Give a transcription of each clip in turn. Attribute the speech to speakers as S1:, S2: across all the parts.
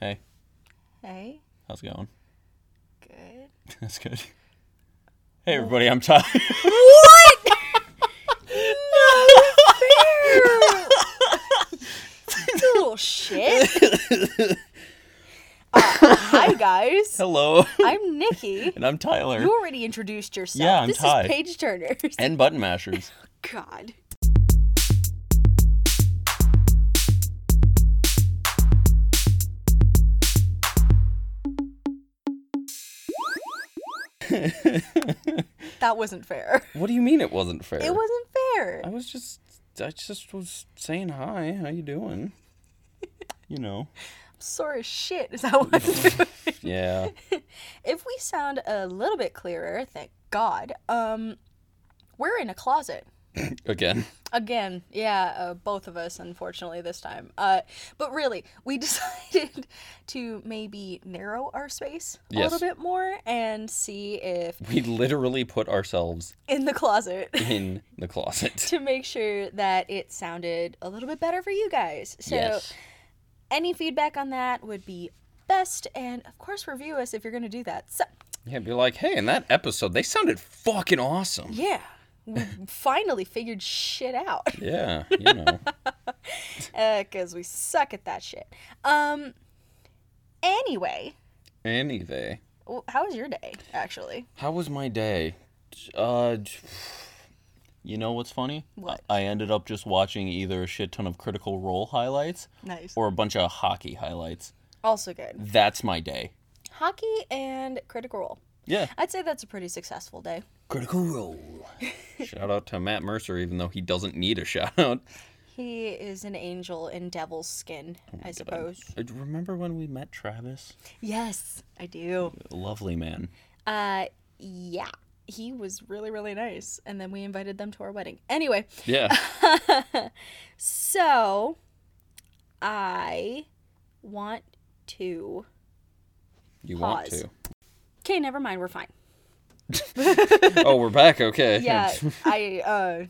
S1: Hey,
S2: Hey,
S1: how's it going?
S2: good.
S1: That's good. Hey, everybody, I'm Ty.
S2: What? no fair. You little shit. Uh, hi guys.
S1: Hello.
S2: I'm Nikki.
S1: And I'm Tyler.
S2: You already introduced yourself.
S1: Yeah, I'm
S2: this
S1: Ty.
S2: is Paige Turner.
S1: and Button Mashers.
S2: God. that wasn't fair.
S1: What do you mean it wasn't fair?
S2: It wasn't fair.
S1: I was just, I just was saying hi. How you doing? You know.
S2: Sore as shit is that what I'm doing.
S1: Yeah.
S2: If we sound a little bit clearer, thank God. Um, we're in a closet.
S1: Again.
S2: Again, yeah, uh, both of us, unfortunately, this time. Uh, but really, we decided to maybe narrow our space a
S1: Yes.
S2: little bit more and see if
S1: We literally put ourselves
S2: in the closet
S1: in the closet.
S2: to make sure that it sounded a little bit better for you guys. So,
S1: yes.
S2: any feedback on that would be best. And of course, review us if you're going to do that. So,
S1: Yeah, be like, hey, in that episode, they sounded fucking awesome.
S2: yeah, we finally figured shit out.
S1: Yeah, you know.
S2: because uh, we suck at that shit. Um. Anyway,
S1: anyway.
S2: w- how was your day? Actually,
S1: How was my day? Uh, you know what's funny?
S2: What?
S1: I I ended up just watching either a shit ton of Critical Role highlights
S2: nice.
S1: or a bunch of hockey highlights.
S2: Also good.
S1: That's my day.
S2: Hockey and Critical Role.
S1: Yeah.
S2: I'd say that's a pretty successful day.
S1: Critical Role. shout out to Matt Mercer, even though he doesn't need a shout out.
S2: He is an angel in devil's skin, I suppose.
S1: Uh, Remember when we met Travis?
S2: Yes, I do.
S1: Lovely man.
S2: Uh, yeah. He was really, really nice. And then we invited them to our wedding. Anyway,
S1: Yeah.
S2: so I want to.
S1: You
S2: Pause.
S1: want
S2: Okay, never mind. We're fine.
S1: to. Oh, we're back. Okay.
S2: yeah i uh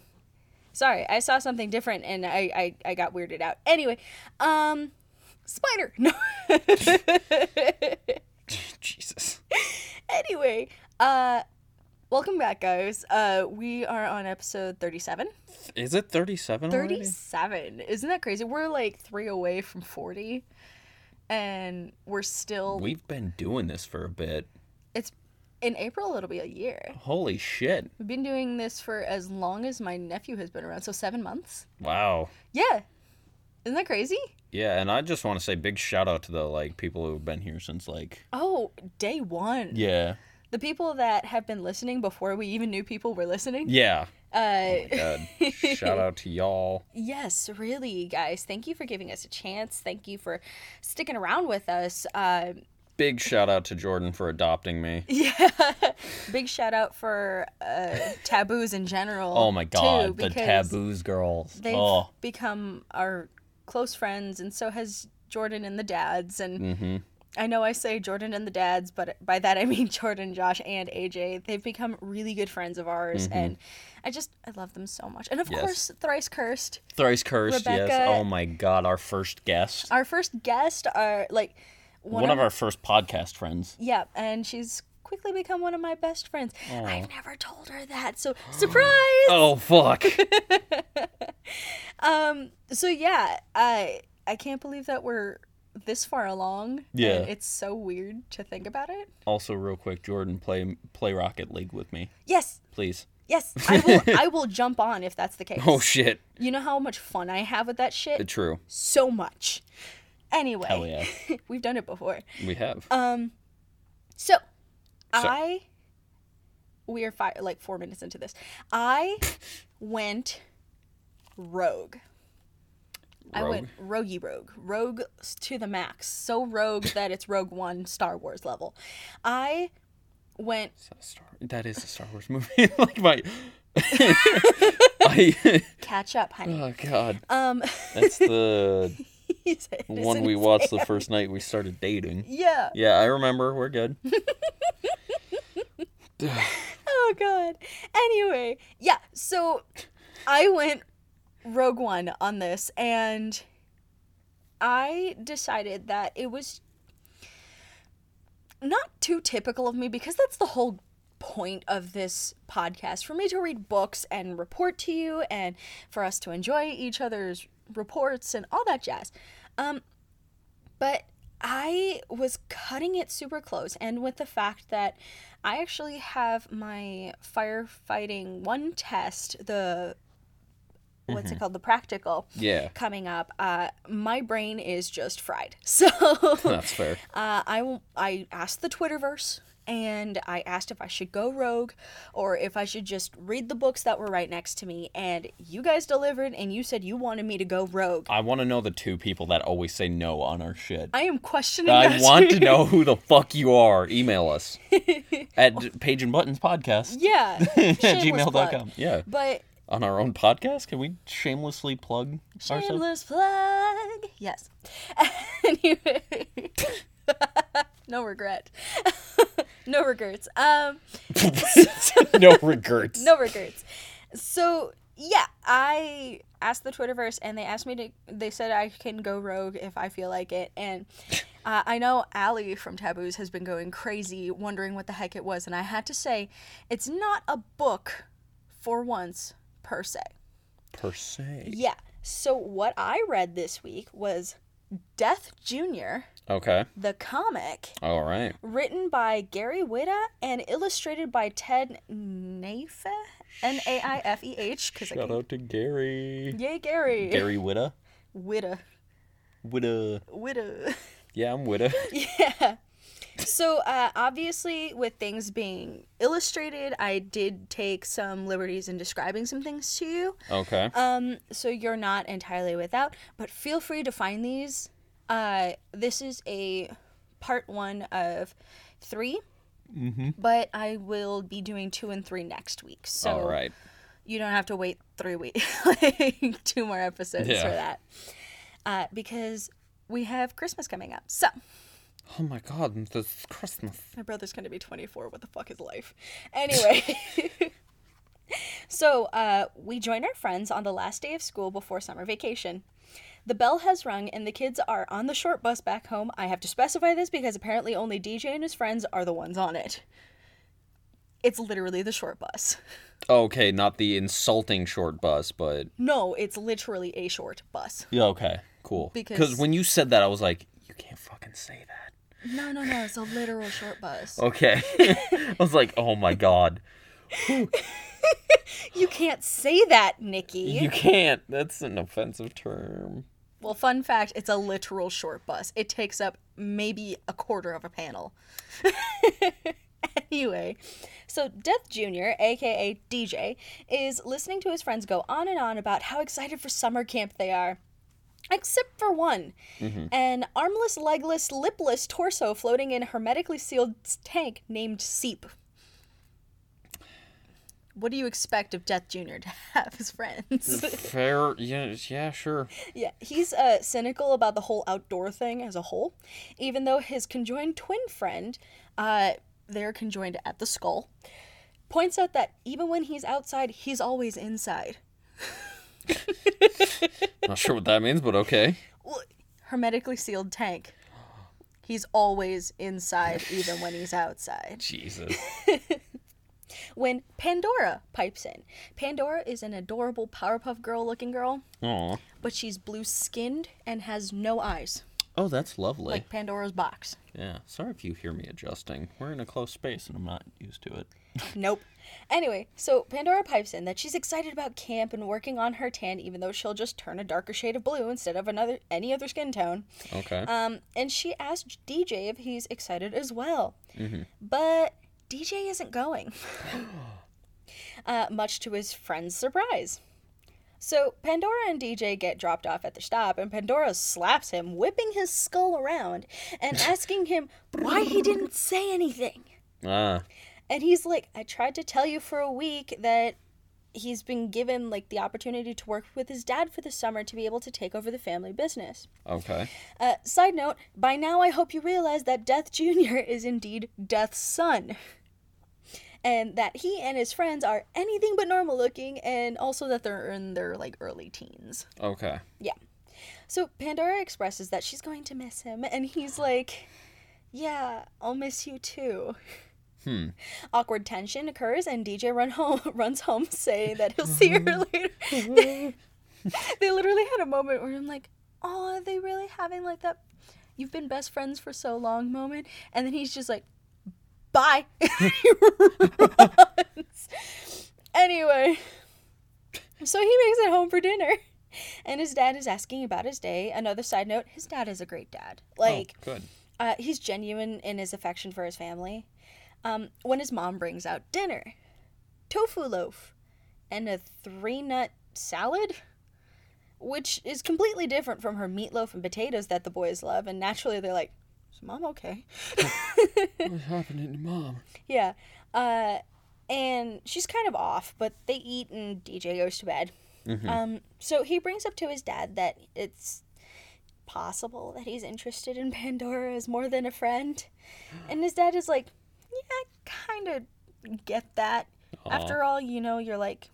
S2: sorry i saw something different and i i, I got weirded out anyway um spider no
S1: Jesus.
S2: anyway uh welcome back guys uh we are on episode 37
S1: Is it 37 already?
S2: 37 isn't that crazy we're like three away from 40 and we're still
S1: We've been doing this for a bit.
S2: it's in april it'll be a year
S1: Holy shit.
S2: we've been doing this for as long as my nephew has been around so seven months
S1: Wow.
S2: yeah isn't that crazy
S1: Yeah, and I just want to say big shout out to the like people who've been here since like
S2: oh day one
S1: yeah
S2: the people that have been listening before we even knew people were listening
S1: yeah. Oh
S2: uh
S1: God, shout out to y'all.
S2: yes really guys thank you for giving us a chance thank you for sticking around with us uh
S1: Big shout out to Jordan for adopting me.
S2: yeah big shout out for uh taboos in general
S1: Oh my
S2: too,
S1: god, the
S2: because
S1: taboos girls.
S2: they've
S1: Oh,
S2: become our close friends and so has jordan and the dads and I know I say Jordan and the dads, but by that I mean Jordan, Josh, and AJ. They've become really good friends of ours, and I just I love them so much. And of
S1: Mm-hmm. Yes.
S2: course, thrice cursed,
S1: thrice cursed. yes.
S2: Rebecca-
S1: Oh my god, our first guest,
S2: our first guest, our like
S1: one, of our first podcast friends.
S2: yeah, and she's quickly become one of my best friends. I've never told her that, so surprise.
S1: Oh fuck.
S2: So yeah, I I can't believe that we're this far along.
S1: Yeah.
S2: and it's so weird to think about it.
S1: also, real quick, Jordan, play play Rocket League with me,
S2: Yes.
S1: please.
S2: Yes, I will. I will jump on if that's the case.
S1: Oh shit.
S2: You know how much fun I have with that shit?
S1: True.
S2: so much. Anyway,
S1: Hell yeah,
S2: we've done it before.
S1: we have.
S2: Um, So, I we are five, like 4 minutes into this. I went rogue. I went roguey rogue. Rogue s- to the max. So rogue that it's Rogue One Star Wars level. I went
S1: Is that a Star- that is a Star Wars movie. like my. I.
S2: catch up, honey.
S1: Oh God.
S2: Um
S1: That's the
S2: he said,
S1: one
S2: "Isn't
S1: we
S2: it?"
S1: watched the first night we started dating.
S2: Yeah.
S1: Yeah, I remember. We're good.
S2: Oh god. Anyway, yeah, so I went Rogue One on this and I decided that it was not too typical of me because that's the whole point of this podcast for me to read books and report to you and for us to enjoy each other's reports and all that jazz. Um, but I was cutting it super close, and with the fact that I actually have my firefighting one test, the what's it called, the practical
S1: Yeah,
S2: coming up, uh, my brain is just fried. So
S1: that's fair.
S2: uh, I, w- I asked the Twitterverse and I asked if I should go rogue or if I should just read the books that were right next to me. And you guys delivered and you said you wanted me to go rogue.
S1: I want to know the two people that always say no on our shit.
S2: I am questioning
S1: I
S2: that.
S1: want to know who the fuck you are. Email us at Page and Buttons Podcast
S2: yeah.
S1: at
S2: shameless plug.
S1: gmail.com. Yeah.
S2: But
S1: On our own podcast? Can we shamelessly plug ourselves?
S2: shameless plug. Yes. Anyway. no regret. no regrets. Um
S1: no regrets.
S2: No regrets. So yeah, I asked the Twitterverse, and they asked me to. They said I can go rogue if I feel like it, and uh, I know Allie from Taboos has been going crazy, wondering what the heck it was, and I had to say, it's not a book, for once per se.
S1: Per se.
S2: Yeah. So what I read this week was Death Junior,
S1: Okay.
S2: the comic,
S1: All right.
S2: written by Gary Whitta and illustrated by Ted Naife, N A I F E H, because I
S1: Shout
S2: can.
S1: out to Gary.
S2: Yay, Gary.
S1: Gary Witta.
S2: Whitta.
S1: Witta.
S2: Whitta.
S1: Yeah, I'm Witta.
S2: yeah. So uh, obviously, with things being illustrated, I did take some liberties in describing some things to you.
S1: Okay.
S2: Um, so you're not entirely without, but feel free to find these. Uh, this is a part one of 3
S1: Mm-hmm.
S2: but I will be doing two and three next week. So
S1: All right.
S2: you don't have to wait three weeks, like two more episodes
S1: Yeah.
S2: for that, uh, because we have Christmas coming up. So
S1: Oh my god, this Christmas.
S2: my brother's gonna be 24. What the fuck is life? Anyway. So, uh, we join our friends on the last day of school before summer vacation. The bell has rung and the kids are on the short bus back home. I have to specify this because apparently only DJ and his friends are the ones on it. It's literally the short bus.
S1: Oh, Okay, not the insulting short bus, but
S2: No, it's literally a short bus.
S1: Yeah, okay. Cool. Because
S2: Because-
S1: when you said that, I was like, you can't fucking say that.
S2: No, no, no, it's a literal short bus.
S1: Okay. I was like, oh my god.
S2: You can't say that, Nikki.
S1: You can't. That's an offensive term.
S2: Well, fun fact, it's a literal short bus. It takes up maybe a quarter of a panel. anyway, so Death Jr., aka DJ, is listening to his friends go on and on about how excited for summer camp they are. Except for one, an armless, legless, lipless torso floating in a hermetically sealed tank named Seep. What do you expect of Death Jr. to have his friends?
S1: Fair. Yeah, yeah, sure.
S2: Yeah, he's uh, cynical about the whole outdoor thing as a whole, even though his conjoined twin friend, uh, they're conjoined at the skull, points out that even when he's outside, he's always inside.
S1: Not sure what that means, but okay.
S2: Well, hermetically sealed tank. He's always inside, even when he's outside.
S1: Jesus.
S2: When Pandora pipes in, Pandora is an adorable Powerpuff Girl looking girl,
S1: Aw.
S2: but she's blue skinned and has no eyes,
S1: Oh, that's lovely.
S2: like Pandora's box.
S1: yeah. Sorry if you hear me adjusting. We're in a close space and I'm not used to it.
S2: Nope. Anyway, so Pandora pipes in that she's excited about camp and working on her tan, even though she'll just turn a darker shade of blue instead of another any other skin tone.
S1: Okay.
S2: Um, and she asked DJ if he's excited as well, but DJ isn't going, uh, much to his friend's surprise. So Pandora and DJ get dropped off at the stop, and Pandora slaps him, whipping his skull around and asking him why he didn't say anything.
S1: ah.
S2: And he's like, I tried to tell you for a week that he's been given like the opportunity to work with his dad for the summer to be able to take over the family business.
S1: Okay.
S2: Uh, side note, by now I hope you realize that Death Jr. is indeed Death's son. And that he and his friends are anything but normal looking, and also that they're in their like early teens.
S1: Okay.
S2: So Pandora expresses that she's going to miss him, and he's like, yeah, I'll miss you too.
S1: Hmm.
S2: Awkward tension occurs, and DJ run home, runs home saying that he'll see her later. they literally had a moment where I'm like, oh, are they really having like that you've been best friends for so long moment? And then he's just like, bye. He runs. anyway, so he makes it home for dinner. And his dad is asking about his day. Another side note his dad is a great dad. Like,
S1: oh, good.
S2: uh, he's genuine in his affection for his family. Um, when his mom brings out dinner, tofu loaf, and a three nut salad, which is completely different from her meatloaf and potatoes that the boys love. And naturally, they're like, "Is mom okay?"
S1: What's happening to mom?
S2: yeah. Uh, and she's kind of off, but they eat and DJ goes to bed. Um, so he brings up to his dad that it's possible that he's interested in Pandora as more than a friend. And his dad is like, Yeah, I kind of get that. After all, you know, you're like,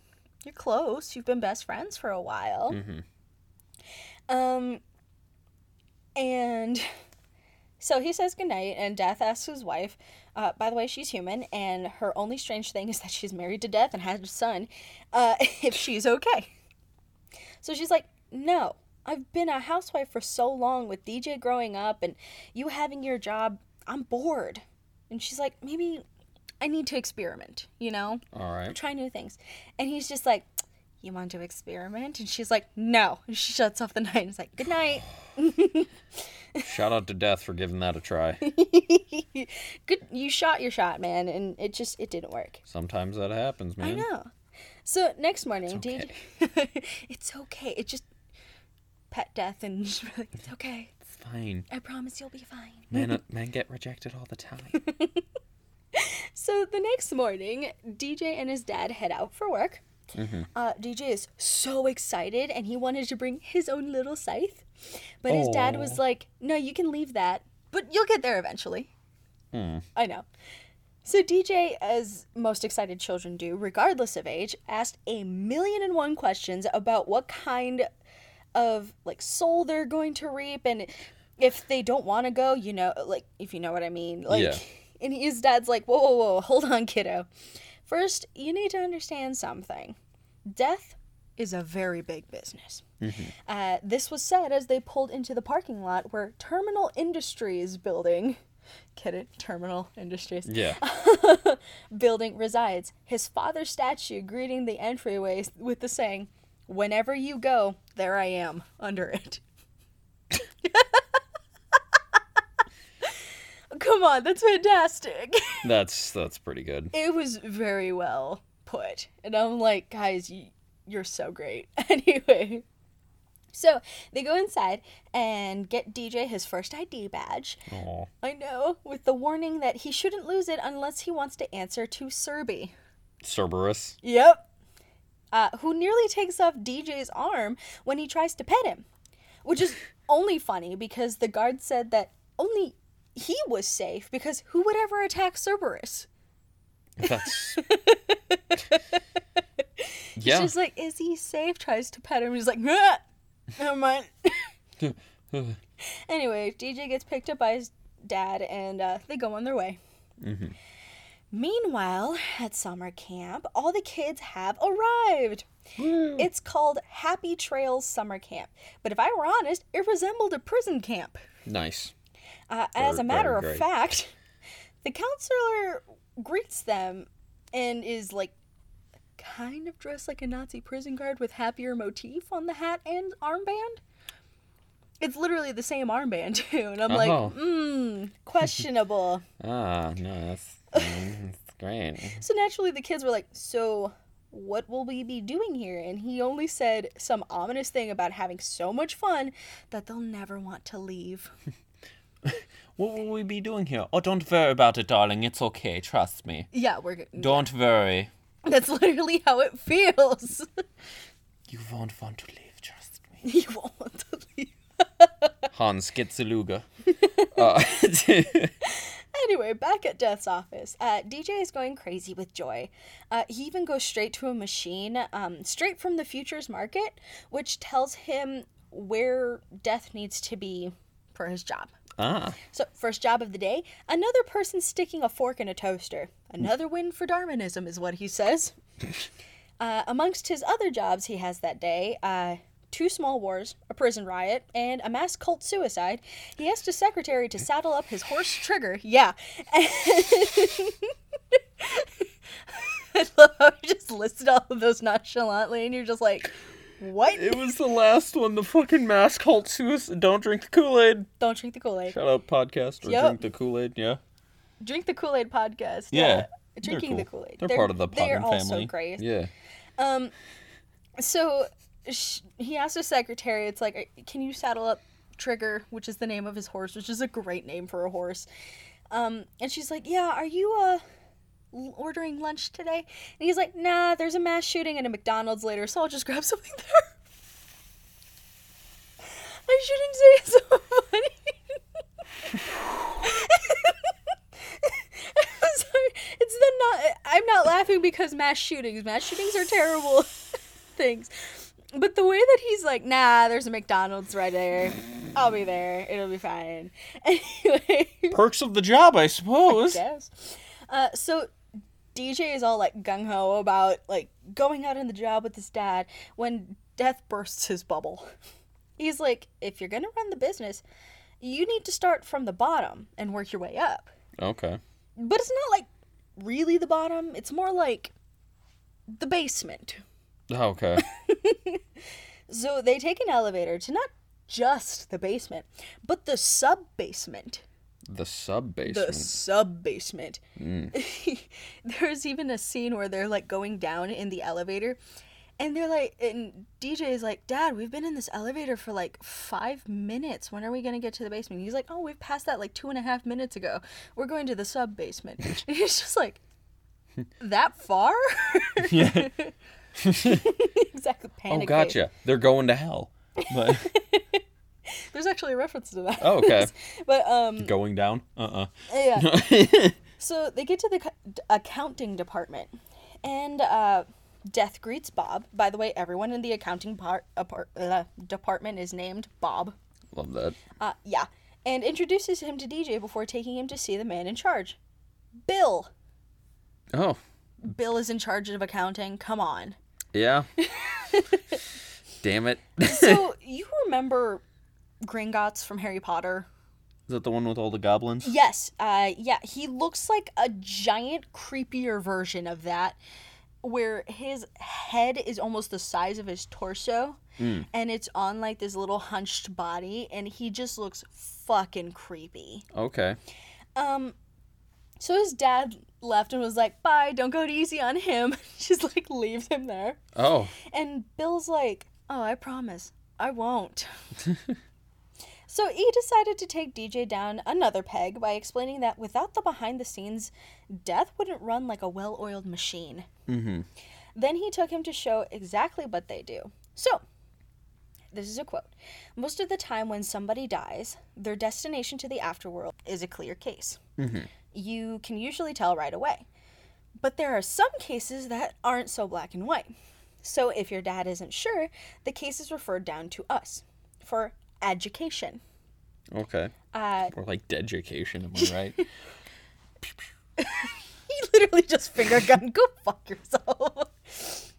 S2: you're close. You've been best friends for a while.
S1: Mm-hmm.
S2: Um, and so he says goodnight, and Death asks his wife. Uh, by the way, she's human, and her only strange thing is that she's married to Death and has a son. Uh, if she's okay. So she's like, No, I've been a housewife for so long with DJ growing up and you having your job. I'm bored. And she's like, Maybe I need to experiment, you know?
S1: All right.
S2: try new things. And he's just like, You want to experiment? And she's like, No. And she shuts off the night and is like, Good night.
S1: Shout out to Death for giving that a try.
S2: Good you shot your shot, man, and it just it didn't work.
S1: Sometimes that happens, man.
S2: I know. So next morning,
S1: Mm-hmm. okay.
S2: DJ It's okay. It just pet death and just be like, It's okay.
S1: It's fine.
S2: I promise you'll be fine.
S1: Men, uh, men get rejected all the time.
S2: So the next morning, DJ and his dad head out for work. Uh, DJ is so excited and he wanted to bring his own little scythe. But his dad
S1: Aw.
S2: was like, no, you can leave that, but you'll get there eventually. I know. So DJ, as most excited children do, regardless of age, asked a million and one questions about what kind of like soul they're going to reap and if they don't want to go, you know, like if you know what I mean. Like
S1: Yeah.
S2: and his dad's like, "Whoa, whoa, whoa, hold on, kiddo. First, you need to understand something. Death is a very big business." Uh, this was said as they pulled into the parking lot where Terminal Industries building, get it? Terminal Industries
S1: Yeah.
S2: building resides. His father's statue greeting the entryway with the saying, Whenever you go, there I am, under it. Come on, that's fantastic.
S1: That's that's pretty good.
S2: It was very well put. And I'm like, guys, you, you're so great. Anyway. So they go inside and get DJ his first ID badge.
S1: Aw.
S2: I know, with the warning that he shouldn't lose it unless he wants to answer to Serby.
S1: Cerberus.
S2: Yep. Uh, who nearly takes off DJ's arm when he tries to pet him, which is only funny because the guard said that only he was safe because who would ever attack Cerberus?
S1: That's
S2: She's
S1: Yeah.
S2: like, is he safe? Tries to pet him. He's like, "Nah, never mind. anyway, DJ gets picked up by his dad and uh, they go on their way. Meanwhile, at summer camp, all the kids have arrived. It's called Happy Trails Summer Camp, but if I were honest, it resembled a prison camp.
S1: nice.
S2: Uh, as a
S1: Very,
S2: matter
S1: very great.
S2: of fact, the counselor greets them and is like kind of dressed like a Nazi prison guard with happier motif on the hat and armband. It's literally the same armband too, and I'm like,
S1: Oh.
S2: mmm, questionable.
S1: Ah, no, that's, mm, that's great.
S2: so naturally, the kids were like, so. What will we be doing here? And he only said some ominous thing about having so much fun that they'll never want to leave.
S1: What will we be doing here? Oh, don't worry about it, darling. It's okay. Trust me.
S2: Yeah, we're good.
S1: Don't worry.
S2: That's literally how it feels.
S1: You won't want to leave. Trust me.
S2: You won't want to leave.
S1: Hans Gitzeluga. uh,
S2: Anyway, back at Death's office, uh, DJ is going crazy with joy. Uh, he even goes straight to a machine, um, straight from the futures market, which tells him where Death needs to be for his job.
S1: Ah.
S2: So, first job of the day another person sticking a fork in a toaster. Another win for Darwinism, is what he says. Uh, amongst his other jobs he has that day, uh, two small wars, a prison riot, and a mass cult suicide, he asked his secretary to saddle up his horse Trigger. Yeah. I love how you just listed all of those nonchalantly, and you're just like, what?
S1: It was the last one. The fucking mass cult suicide. Don't drink the Kool Aid.
S2: Don't drink the Kool Aid.
S1: Shout out podcast or
S2: Yep.
S1: drink the Kool Aid. Yeah.
S2: Drink the Kool Aid podcast.
S1: Yeah. they're
S2: Drinking the
S1: cool.
S2: Kool Aid.
S1: They're, part of the
S2: They're
S1: Podden
S2: all
S1: family.
S2: so great.
S1: Yeah.
S2: So sh- he asked his secretary, it's like, can you saddle up Trigger, which is the name of his horse, which is a great name for a horse. Um, and she's like, yeah, are you uh, l- ordering lunch today? And he's like, nah, there's a mass shooting at a McDonald's later, so I'll just grab something there. I shouldn't say it's so funny. I'm sorry. It's the not. I'm not laughing because mass shootings. Mass shootings are terrible things. But the way that he's like, nah, there's a McDonald's right there. I'll be there. It'll be fine. Anyway,
S1: Perks of the job, I suppose.
S2: yes. Uh, so DJ is all like gung ho about like going out on the job with his dad when death bursts his bubble. He's like, if you're gonna run the business, you need to start from the bottom and work your way up.
S1: Okay.
S2: But it's not like really the bottom. It's more like the basement.
S1: Okay.
S2: So they take an elevator to not just the basement, but the sub basement.
S1: the sub
S2: The
S1: basement. Mm.
S2: sub basement. There's even a scene where they're like going down in the elevator, and they're like, and DJ is like, Dad, we've been in this elevator for like five minutes. When are we gonna get to the basement? He's like, Oh, we've passed that like two and a half minutes ago. We're going to the sub basement. and he's just like, That far?
S1: Yeah. oh,
S2: exactly. Panic face.
S1: gotcha. They're going to hell. But
S2: There's actually a reference to that.
S1: Oh, okay.
S2: but um,
S1: going down. Uh.
S2: yeah.
S1: uh
S2: So they get to the c- d- accounting department, and uh, Death greets Bob. By the way, everyone in the accounting par- apart- uh, department is named Bob.
S1: Love that.
S2: Uh, yeah, and introduces him to DJ before taking him to see the man in charge, Bill.
S1: Oh.
S2: Bill is in charge of accounting. Come on.
S1: Yeah. Damn it. Is
S2: So you remember Gringotts from Harry Potter?
S1: that the one with all the goblins?
S2: Yes, uh, yeah, he looks like a giant, creepier version of that, where his head is almost the size of his torso, and it's on like this little hunched body, and he just looks fucking creepy. Um,
S1: Okay.
S2: So his dad left and was like, "Bye, don't go easy on him." She's like, leaves him there,
S1: Oh.
S2: and Bill's like, "Oh, I promise, I won't." So E decided to take DJ down another peg by explaining that without the behind the scenes, Death wouldn't run like a well oiled machine. Mm-hmm. Then he took him to show exactly what they do. So, this is a quote Most of the time when somebody dies, their destination to the afterworld is a clear case. You can usually tell right away. But there are some cases that aren't so black and white. So, if your dad isn't sure, the case is referred down to us for education.
S1: Okay.
S2: Uh,
S1: Or like dedication, am I right?
S2: he literally just finger gun. Go fuck yourself.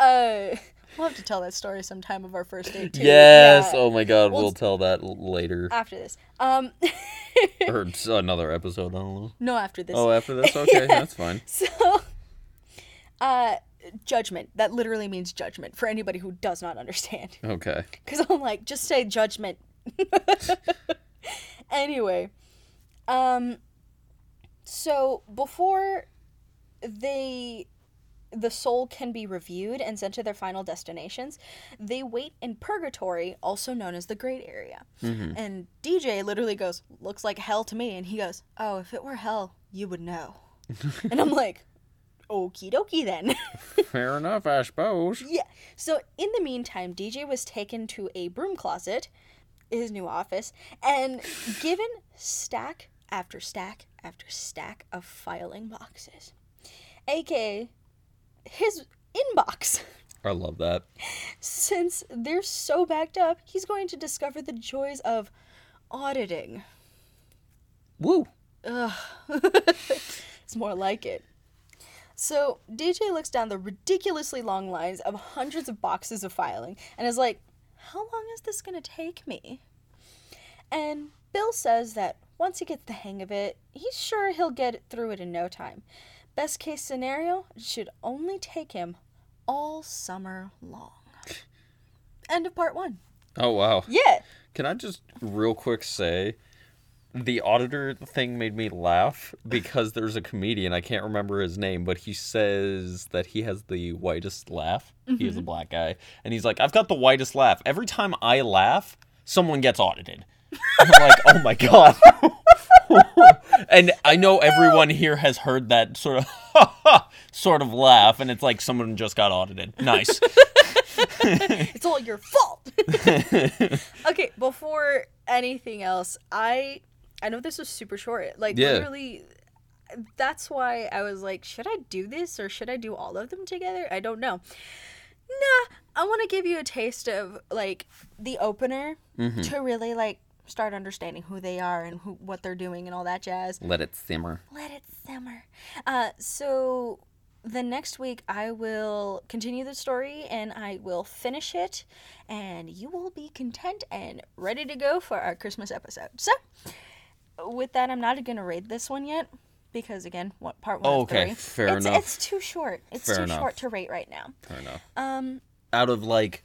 S2: Uh, we'll have to tell that story sometime of our first date too.
S1: yes.
S2: Yeah,
S1: Oh my god, we'll, tell that l- later.
S2: after this. Um,
S1: or s- another episode, I don't know.
S2: no, after this.
S1: Oh, after this? Okay, that's fine.
S2: So, uh, judgment. That literally means judgment for anybody who does not understand.
S1: Okay.
S2: Because I'm like, just say judgment. anyway, um, so before they, the soul can be reviewed and sent to their final destinations, they wait in purgatory, also known as the Great Area. And DJ literally goes, "Looks like hell to me," and he goes, "Oh, if it were hell, you would know." and I'm like, "Okie dokie then."
S1: Fair enough, I suppose.
S2: Yeah. So in the meantime, DJ was taken to a broom closet, his new office, and given stack after stack after stack of filing boxes, aka his inbox.
S1: I love that.
S2: Since they're so backed up, he's going to discover the joys of auditing.
S1: Woo.
S2: Ugh. it's more like it. So DJ looks down the ridiculously long lines of hundreds of boxes of filing and is like, How long is this going to take me? And Bill says that once he gets the hang of it, he's sure he'll get through it in no time. Best case scenario, it should only take him all summer long. End of part one.
S1: Oh wow.
S2: Yeah.
S1: Can I just real quick say the auditor thing made me laugh because there's a comedian, I can't remember his name, but he says that he has the whitest laugh. He is a black guy. And he's like, I've got the whitest laugh. Every time I laugh, someone gets audited. And I'm like, oh my God. and I know everyone here has heard that sort of sort of laugh, and it's like someone just got audited. Nice.
S2: It's all your fault. okay, before anything else, I I know this was super short. Like
S1: Yeah.
S2: literally that's why I was like, should I do this or should I do all of them together? I don't know. Nah, I want to give you a taste of like the opener to really like start understanding who they are and who, what they're doing and all that jazz.
S1: Let it simmer.
S2: Let it simmer. Uh, so the next week I will continue the story and I will finish it, and you will be content and ready to go for our Christmas episode. So, with that, I'm not gonna read this one yet because again, what part one? of
S1: Okay,
S2: three.
S1: fair
S2: it's,
S1: enough.
S2: It's too short. It's
S1: Fair
S2: too
S1: enough.
S2: short to rate right now.
S1: Fair enough.
S2: Um,
S1: Out of like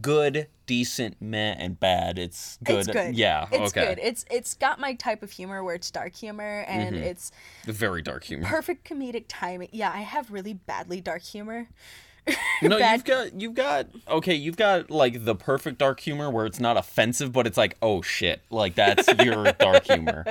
S1: good, decent, meh, and bad, it's good.
S2: it's good.
S1: Yeah.
S2: it's
S1: okay.
S2: good. It's it's got my type of humor where it's dark humor and
S1: Mm-hmm.
S2: it's
S1: Very dark humor.
S2: perfect comedic timing. Yeah, I have really badly dark humor.
S1: No,
S2: bad-
S1: you've got you've got okay, you've got like the perfect dark humor where it's not offensive, but it's like, oh shit. Like that's your dark humor.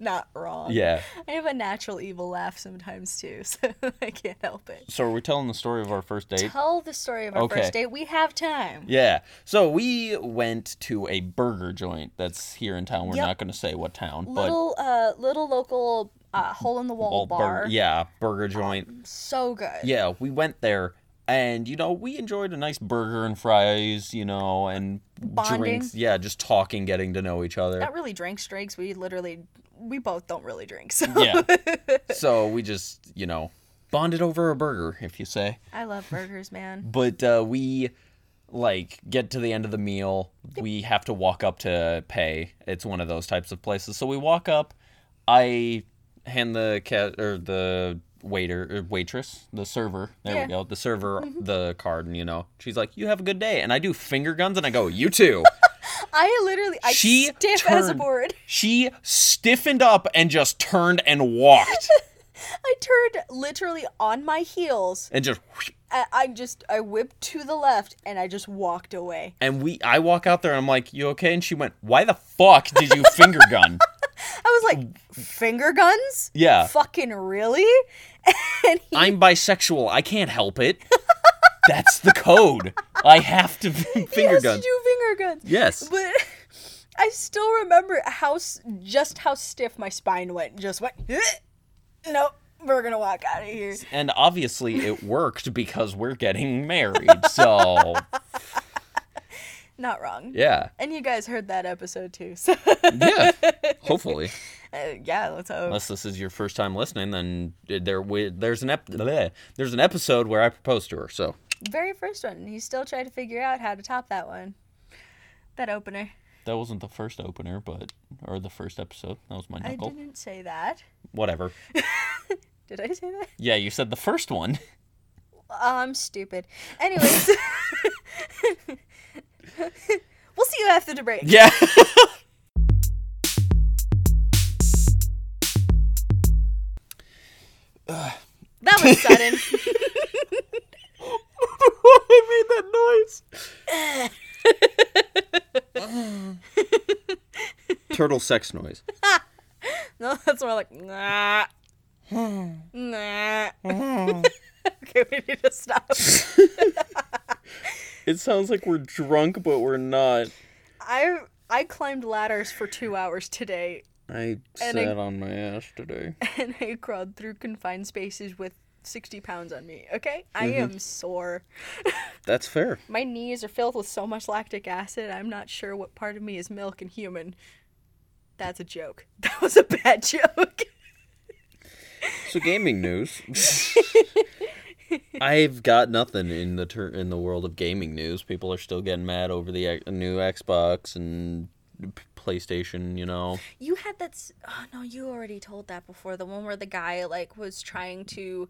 S2: Not wrong.
S1: Yeah.
S2: I have a natural evil laugh sometimes too, so I can't help it.
S1: So are we telling the story of our first date?
S2: Tell the story of our
S1: Okay.
S2: first date. We have time.
S1: Yeah. So we went to a burger joint that's here in town. We're
S2: Yep.
S1: not gonna say what town, but
S2: Little uh little local uh, hole in the wall
S1: all bur-
S2: bar.
S1: yeah, burger joint.
S2: So good.
S1: Yeah, we went there and you know, we enjoyed a nice burger and fries, you know, and
S2: Bonding.
S1: drinks. Yeah, just talking, getting to know each other.
S2: Not really drink streaks. We literally we both don't really drink. So
S1: yeah. So we just, you know, bonded over a burger, if you say.
S2: I love burgers, man.
S1: But uh, we like get to the end of the meal. We have to walk up to pay. It's one of those types of places. So we walk up. I hand the cat or the waiter or waitress, the server. There
S2: Yeah.
S1: we go. The server the card, and you know, she's like, "You have a good day." And I do finger guns, and I go, "You too."
S2: I literally I
S1: she
S2: stiff as a
S1: turned-
S2: board.
S1: She stiffened up and just turned and walked,
S2: I turned literally on my heels.
S1: and just. whoosh,
S2: I, I just I whipped to the left and I just walked away.
S1: And we, I walk out there and I'm like, "You okay?" And she went, "Why the fuck did you finger gun?"
S2: I was like, finger guns?
S1: Yeah.
S2: Fucking really? And he,
S1: I'm bisexual. I can't help it. That's the code. I have to finger
S2: yes,
S1: gun.
S2: you finger guns.
S1: Yes.
S2: But I still remember how s- just how stiff my spine went. Just went. Nope. We're gonna walk out of here.
S1: And obviously it worked because we're getting married. So,
S2: Not wrong.
S1: yeah.
S2: And you guys heard that episode too. So
S1: Yeah. Hopefully.
S2: uh, yeah, let's hope.
S1: Unless this is your first time listening, then there we, there's an ep- bleh. there's an episode where I proposed to her. So,
S2: Very first one. and He still tried to figure out how to top that one. That opener.
S1: that wasn't the first opener, but or the first episode. That was my
S2: I
S1: knuckle.
S2: didn't say that.
S1: Whatever.
S2: Did I say that?
S1: Yeah, you said the first one.
S2: I'm stupid. Anyways, we'll see you after the break.
S1: Yeah.
S2: That was sudden.
S1: I made that noise. Turtle sex noise.
S2: no, that's more like nah, nah. okay, we need to stop.
S1: It sounds like we're drunk, but we're not.
S2: I I climbed ladders for two hours today,
S1: I
S2: And
S1: sat
S2: I-
S1: on my ass today.
S2: and I crawled through confined spaces with sixty pounds on me. Okay, I am sore.
S1: That's fair.
S2: My knees are filled with so much lactic acid. I'm not sure what part of me is milk and human. That's a joke. That was a bad joke.
S1: So gaming news. I've got nothing in the ter- in the world of gaming news. People are still getting mad over the ex- new Xbox and P- PlayStation. You know.
S2: You had that. s- Oh no, you already told that before. The one where the guy like was trying to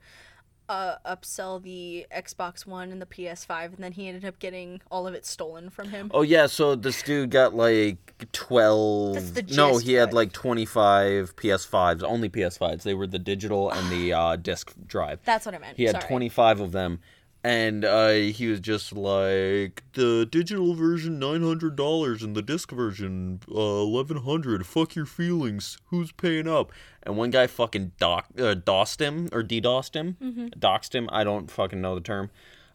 S2: uh, upsell the Xbox One and the PS5, and then he ended up getting all of it stolen from him.
S1: Oh yeah, so this dude got like twelve.
S2: That's the
S1: no,
S2: gist,
S1: he had
S2: but-
S1: like twenty five PS5s. Only PS5s. They were the digital and the uh, disk drive.
S2: That's what I meant.
S1: He had
S2: Sorry.
S1: 25 of them. And uh, he was just like, the digital version, $900, and the disc version, uh, 1100 Fuck your feelings. Who's paying up? And one guy fucking doc- uh, DOSed him, or DDoSed him. Doxed him. I don't fucking know the term.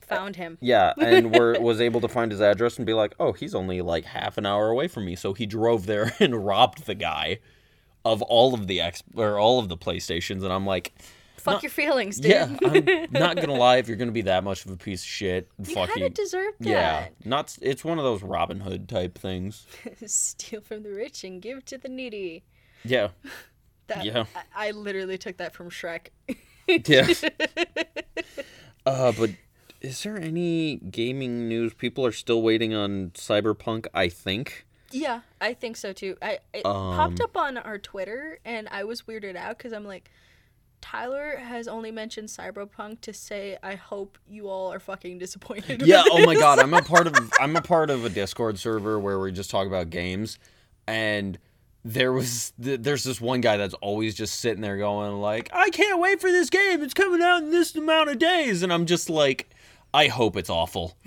S2: Found him.
S1: Yeah, and were, was able to find his address and be like, oh, he's only like half an hour away from me. So he drove there and robbed the guy of all of the ex- or all of the PlayStations. And I'm like,
S2: Fuck your feelings, dude.
S1: yeah, I'm not gonna lie. If you're gonna be that much of a piece of shit,
S2: You
S1: fuck
S2: kind
S1: you.
S2: of deserve that.
S1: yeah, not. It's one of those Robin Hood type things.
S2: Steal from the rich and give to the needy.
S1: Yeah,
S2: That,
S1: Yeah.
S2: I, I literally took that from Shrek.
S1: yeah. uh, but is there any gaming news? People are still waiting on Cyberpunk. I think.
S2: yeah, I think so too. I it
S1: Um,
S2: popped up on our Twitter and I was weirded out because I'm like, Tyler has only mentioned Cyberpunk to say I hope you all are fucking disappointed. with
S1: Yeah. Oh my
S2: this."
S1: god, I'm a part of. I'm a part of a Discord server where we just talk about games, and there was th- there's this one guy that's always just sitting there going like, I can't wait for this game. It's coming out in this amount of days, and I'm just like, I hope it's awful.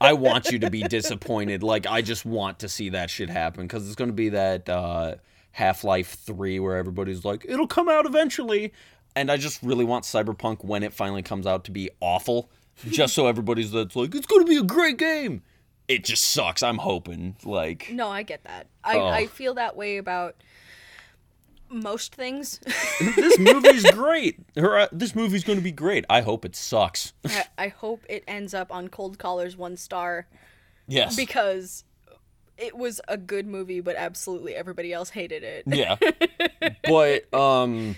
S1: I want you to be disappointed. Like I just want to see that shit happen because it's gonna be that uh, Half Life Three where everybody's like, it'll come out eventually, and I just really want Cyberpunk when it finally comes out to be awful, just so everybody's that's like, it's gonna be a great game. It just sucks. I'm hoping like
S2: No, I get that. I,
S1: Oh.
S2: I feel that way about most things.
S1: this movie's great. Or, uh, this movie's gonna be great. I hope it sucks.
S2: I, I hope it ends up on Cold Callers one star
S1: yes.
S2: because it was a good movie, but absolutely everybody else hated it.
S1: Yeah. but um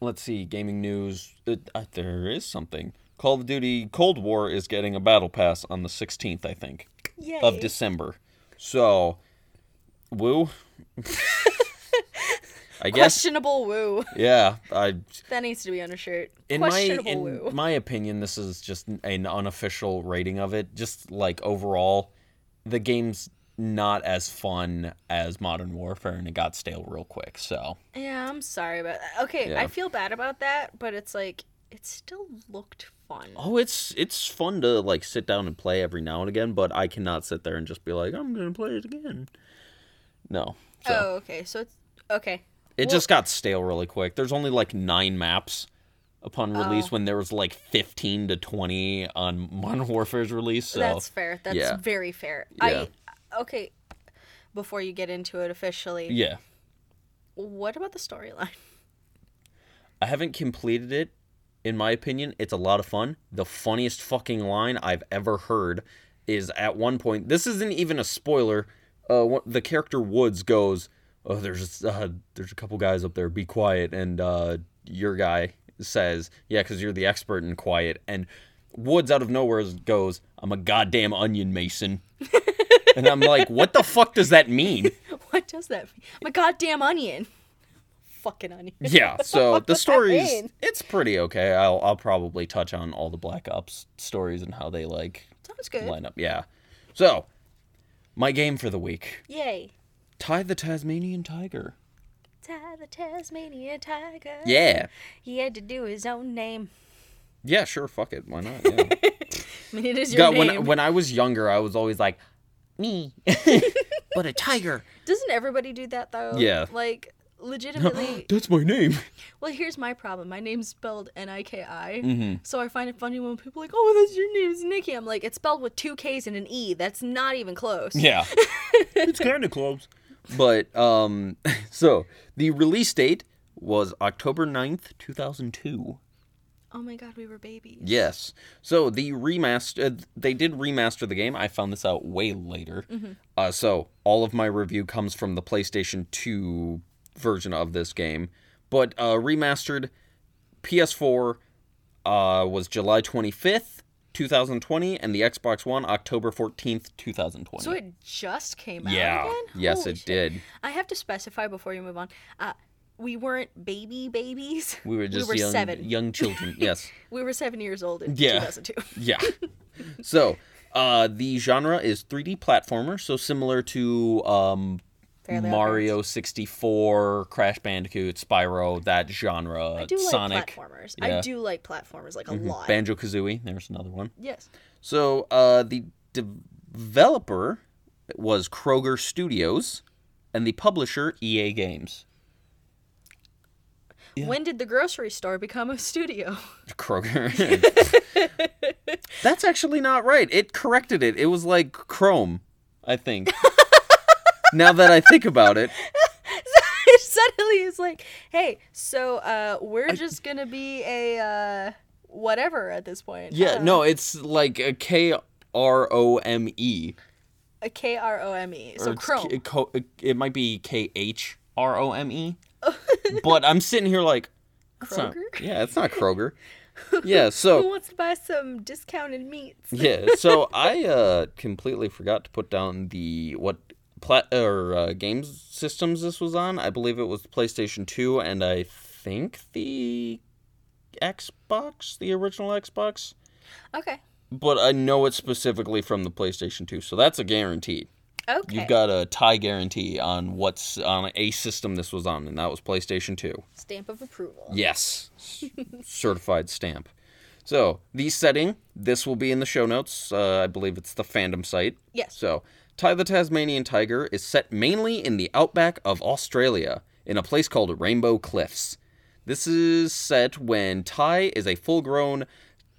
S1: let's see, gaming news. It, uh, there is something. Call of Duty Cold War is getting a battle pass on the 16th, I think,
S2: Yay.
S1: of December. So, woo. I guess
S2: Questionable woo.
S1: yeah, I
S2: That needs to be on a shirt.
S1: in my
S2: Questionable
S1: in
S2: woo.
S1: my opinion this is just an unofficial rating of it, just like overall the game's not as fun as Modern Warfare and it got stale real quick. So,
S2: Yeah, I'm sorry about that. Okay,
S1: Yeah.
S2: I feel bad about that, but it's like it still looked fun.
S1: Oh, it's it's fun to like sit down and play every now and again, but I cannot sit there and just be like, I'm gonna play it again. No. So
S2: Oh, okay. So it's okay.
S1: it just got stale really quick. There's only like nine maps upon
S2: Oh.
S1: release when there was like fifteen to twenty on Modern Warfare's release. So
S2: That's fair. That's
S1: yeah.
S2: very fair.
S1: Yeah.
S2: I okay. Before you get into it officially,
S1: yeah.
S2: what about the storyline?
S1: I haven't completed it. In my opinion, it's a lot of fun. The funniest fucking line I've ever heard is at one point. This isn't even a spoiler. Uh, one- the character Woods goes, "Oh, there's uh, there's a couple guys up there. Be quiet." And uh, your guy says, "Yeah, because you're the expert in quiet." And Woods out of nowhere goes, "I'm a goddamn onion mason." and I'm like, "What the fuck does that mean?"
S2: What does that mean? My goddamn onion. Fucking onion.
S1: yeah so the stories
S2: mean?
S1: it's pretty okay I'll, I'll probably touch on all the black ops stories and how they like
S2: Sounds good.
S1: line up yeah so my game for the week
S2: Yay.
S1: tie the tasmanian tiger
S2: Ty the Tasmanian tiger.
S1: yeah
S2: He had to do his own name.
S1: yeah sure fuck it why not yeah.
S2: I mean, it is your
S1: God,
S2: name.
S1: when, when i was younger i was always like me but a tiger
S2: Doesn't everybody do that though?
S1: Yeah.
S2: Like legitimately.
S1: that's my name
S2: well, here's my problem. My name's spelled N I K
S1: Mm-hmm.
S2: I, so I find it funny when people are like, "Oh, that's your name's Nikki." I'm like, it's spelled with two K's and an E. That's not even close.
S1: Yeah. it's kind of close. But um so the release date was October 9th, 2002.
S2: Oh my god, we were babies.
S1: Yes. So the remaster, uh, they did remaster the game. I found this out way later.
S2: Mm-hmm.
S1: Uh, so all of my review comes from the PlayStation 2 version of this game, but uh, remastered PS4 uh, was July 25th, 2020, and the Xbox One October 14th, 2020.
S2: So it just came out
S1: yeah.
S2: again?
S1: Yes,
S2: Holy
S1: it
S2: shit.
S1: did.
S2: I have to specify before you move on. Uh, we weren't baby babies.
S1: We were just
S2: were
S1: young,
S2: seven.
S1: young children. yes.
S2: We were seven years old in
S1: Yeah.
S2: 2002.
S1: Yeah. so, uh, the genre is 3D platformer, so similar to um,
S2: Fairly Odd
S1: Mario 64, Crash Bandicoot, Spyro, that genre.
S2: I do like
S1: Sonic,
S2: platformers.
S1: yeah. Mm-hmm.
S2: I do like platformers like a lot.
S1: Banjo Kazooie. There's another one.
S2: yes.
S1: So, uh, the developer was Kroger Studios, and the publisher EA Games. Yeah.
S2: When did the grocery store become a studio?
S1: Kroger. That's actually not right. It corrected it. It was like Chrome, I think. now that I think about it,
S2: Suddenly it's like, hey, so uh, we're just gonna be a uh, whatever at this point.
S1: yeah,
S2: Uh,
S1: no, it's like a K R O M E.
S2: a K R O M E. So
S1: Or it's
S2: Chrome.
S1: K- co- It might be K H R O M E. But I'm sitting here like, that's not-
S2: Kroger?
S1: yeah, it's not Kroger. Yeah, so
S2: Who wants to buy some discounted meats?
S1: yeah so i uh completely forgot to put down the what plat or uh, game systems this was on i believe it was playstation 2 and i think the xbox the original xbox
S2: Okay.
S1: but i know it's specifically from the playstation 2 so that's a guarantee
S2: Okay.
S1: you've got a tie guarantee on what's on a system this was on and that was playstation 2
S2: Stamp of approval.
S1: Yes. S- Certified stamp. So, the setting, this will be in the show notes. Uh, I believe it's the fandom site.
S2: Yes.
S1: So, Ty the Tasmanian Tiger is set mainly in the outback of Australia, in a place called Rainbow Cliffs. This is set when Ty is a full grown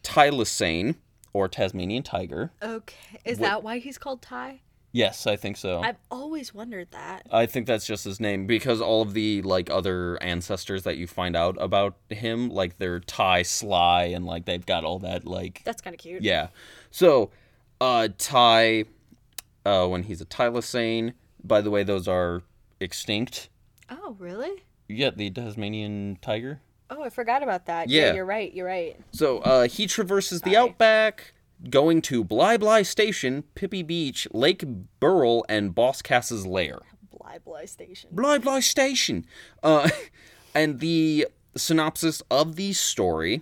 S1: Tylosane, or Tasmanian Tiger.
S2: Okay. Is
S1: What-
S2: that why he's called Ty?
S1: Yes, I think so.
S2: I've always wondered that.
S1: I think that's just his name because all of the like other ancestors that you find out about him, like they're Ty Sly and like they've got all that like
S2: That's kind of cute.
S1: yeah. So, uh, Ty, uh, when he's a Tylosane. By the way, those are extinct.
S2: Oh, really?
S1: Yeah, the Tasmanian tiger.
S2: Oh, I forgot about that.
S1: Yeah.
S2: you're right. You're right.
S1: So uh, he traverses the
S2: Sorry.
S1: outback, going to Bly Bly Station, Pippi Beach, Lake Burl, and Boss Cass's lair.
S2: Bly Bly Station.
S1: Bly Bly Station. Uh, and the synopsis of the story,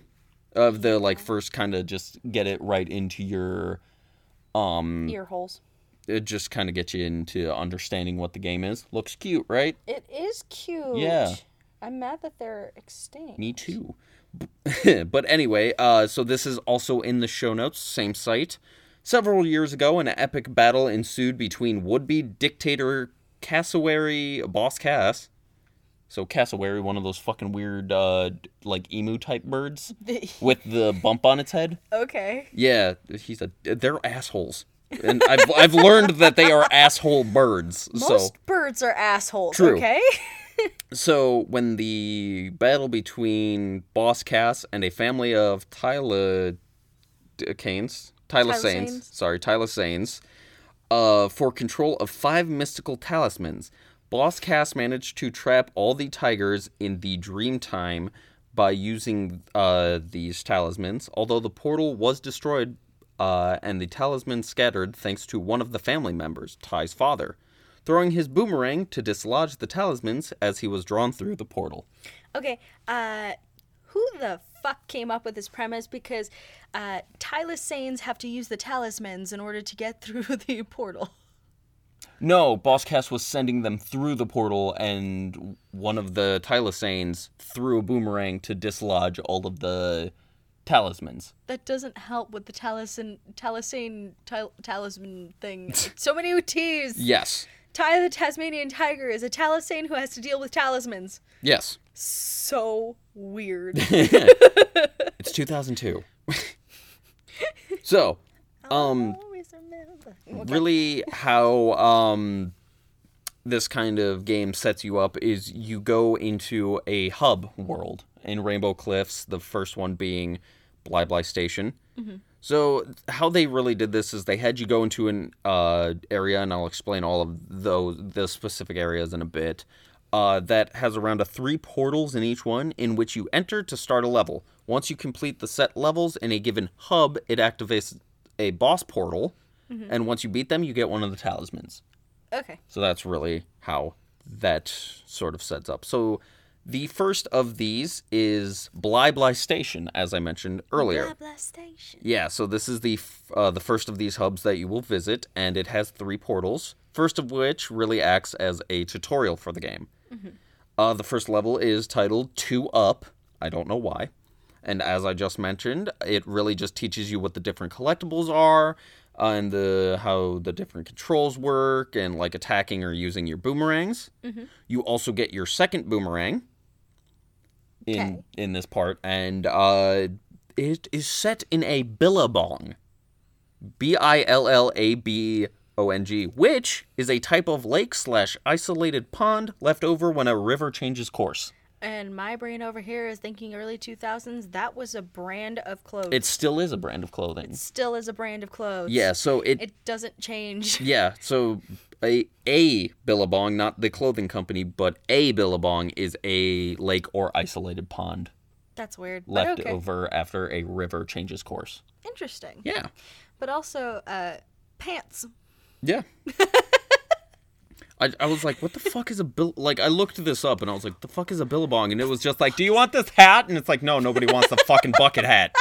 S1: of the like first kind of just get it right into your, um, Hmm.
S2: Ear holes.
S1: it just kind of get you into understanding what the game is. Looks cute, right?
S2: It is cute.
S1: Yeah.
S2: I'm mad that they're extinct.
S1: Me too. B- but anyway, uh, so this is also in the show notes, same site. Several years ago, an epic battle ensued between would-be dictator Cassowary Boss Cass. So Cassowary, one of those fucking weird, uh, like emu type birds with the bump on its head.
S2: okay.
S1: Yeah, he's a. They're assholes, and I've I've learned that they are asshole birds. so
S2: Most birds are assholes.
S1: True.
S2: Okay.
S1: so when the battle between Boss Cass and a family of Tyler Canes, Tyler Saints,
S2: Tylosanes.
S1: sorry, Tyler Saints, uh, for control of five mystical talismans, Boss Cass managed to trap all the tigers in the dream time by using uh, these talismans. Although the portal was destroyed uh, and the talisman scattered thanks to one of the family members, Ty's father, throwing his boomerang to dislodge the talismans as he was drawn through the portal.
S2: Okay. Uh, who the fuck came up with this premise? Because uh, Tylosanes have to use the talismans in order to get through the portal.
S1: No, Boss Cass was sending them through the portal, and one of the Tylosanes threw a boomerang to dislodge all of the talismans.
S2: That doesn't help with the talisman, talisane, tal- talisman thing. so many T's.
S1: Yes.
S2: Ty the Tasmanian Tiger is a talisane who has to deal with talismans.
S1: Yes.
S2: So weird.
S1: It's 2002. so, um,
S2: Always remember.
S1: really how um this kind of game sets you up is you go into a hub world in Rainbow Cliffs, the first one being Bly Bly Station. So how they really did this is they had you go into an uh, area, and I'll explain all of those the specific areas in a bit. Uh, that has around a three portals in each one, in which you enter to start a level. Once you complete the set levels in a given hub, it activates a boss portal, and once you beat them, you get one of the talismans.
S2: Okay.
S1: So that's really how that sort of sets up. So the first of these is Bly Bly Station, as I mentioned earlier.
S2: Blah blah station.
S1: Yeah, so this is the f- uh, the first of these hubs that you will visit, and it has three portals. First of which really acts as a tutorial for the game. Uh, the first level is titled Two Up. I don't know why. And as I just mentioned, it really just teaches you what the different collectibles are uh, and the how the different controls work and like attacking or using your boomerangs. You also get your second boomerang in
S2: Okay.
S1: in this part, and uh, it is set in a billabong, B I L L A B O N G, which is a type of lake slash isolated pond left over when a river changes course.
S2: And my brain over here is thinking early 2000s. That was a brand of clothes.
S1: It still is a brand of clothing.
S2: still is a brand of clothes.
S1: yeah, so it
S2: It doesn't change.
S1: Yeah, so a a billabong, not the clothing company, but a billabong is a lake or isolated pond
S2: That's weird. But
S1: left
S2: okay.
S1: over after a river changes course.
S2: Interesting.
S1: Yeah.
S2: But also, uh, pants.
S1: Yeah. I, I was like, what the fuck is a bill? Like, I looked this up and I was like, the fuck is a billabong? And it was just like, do you want this hat? And it's like, no, nobody wants the fucking bucket hat.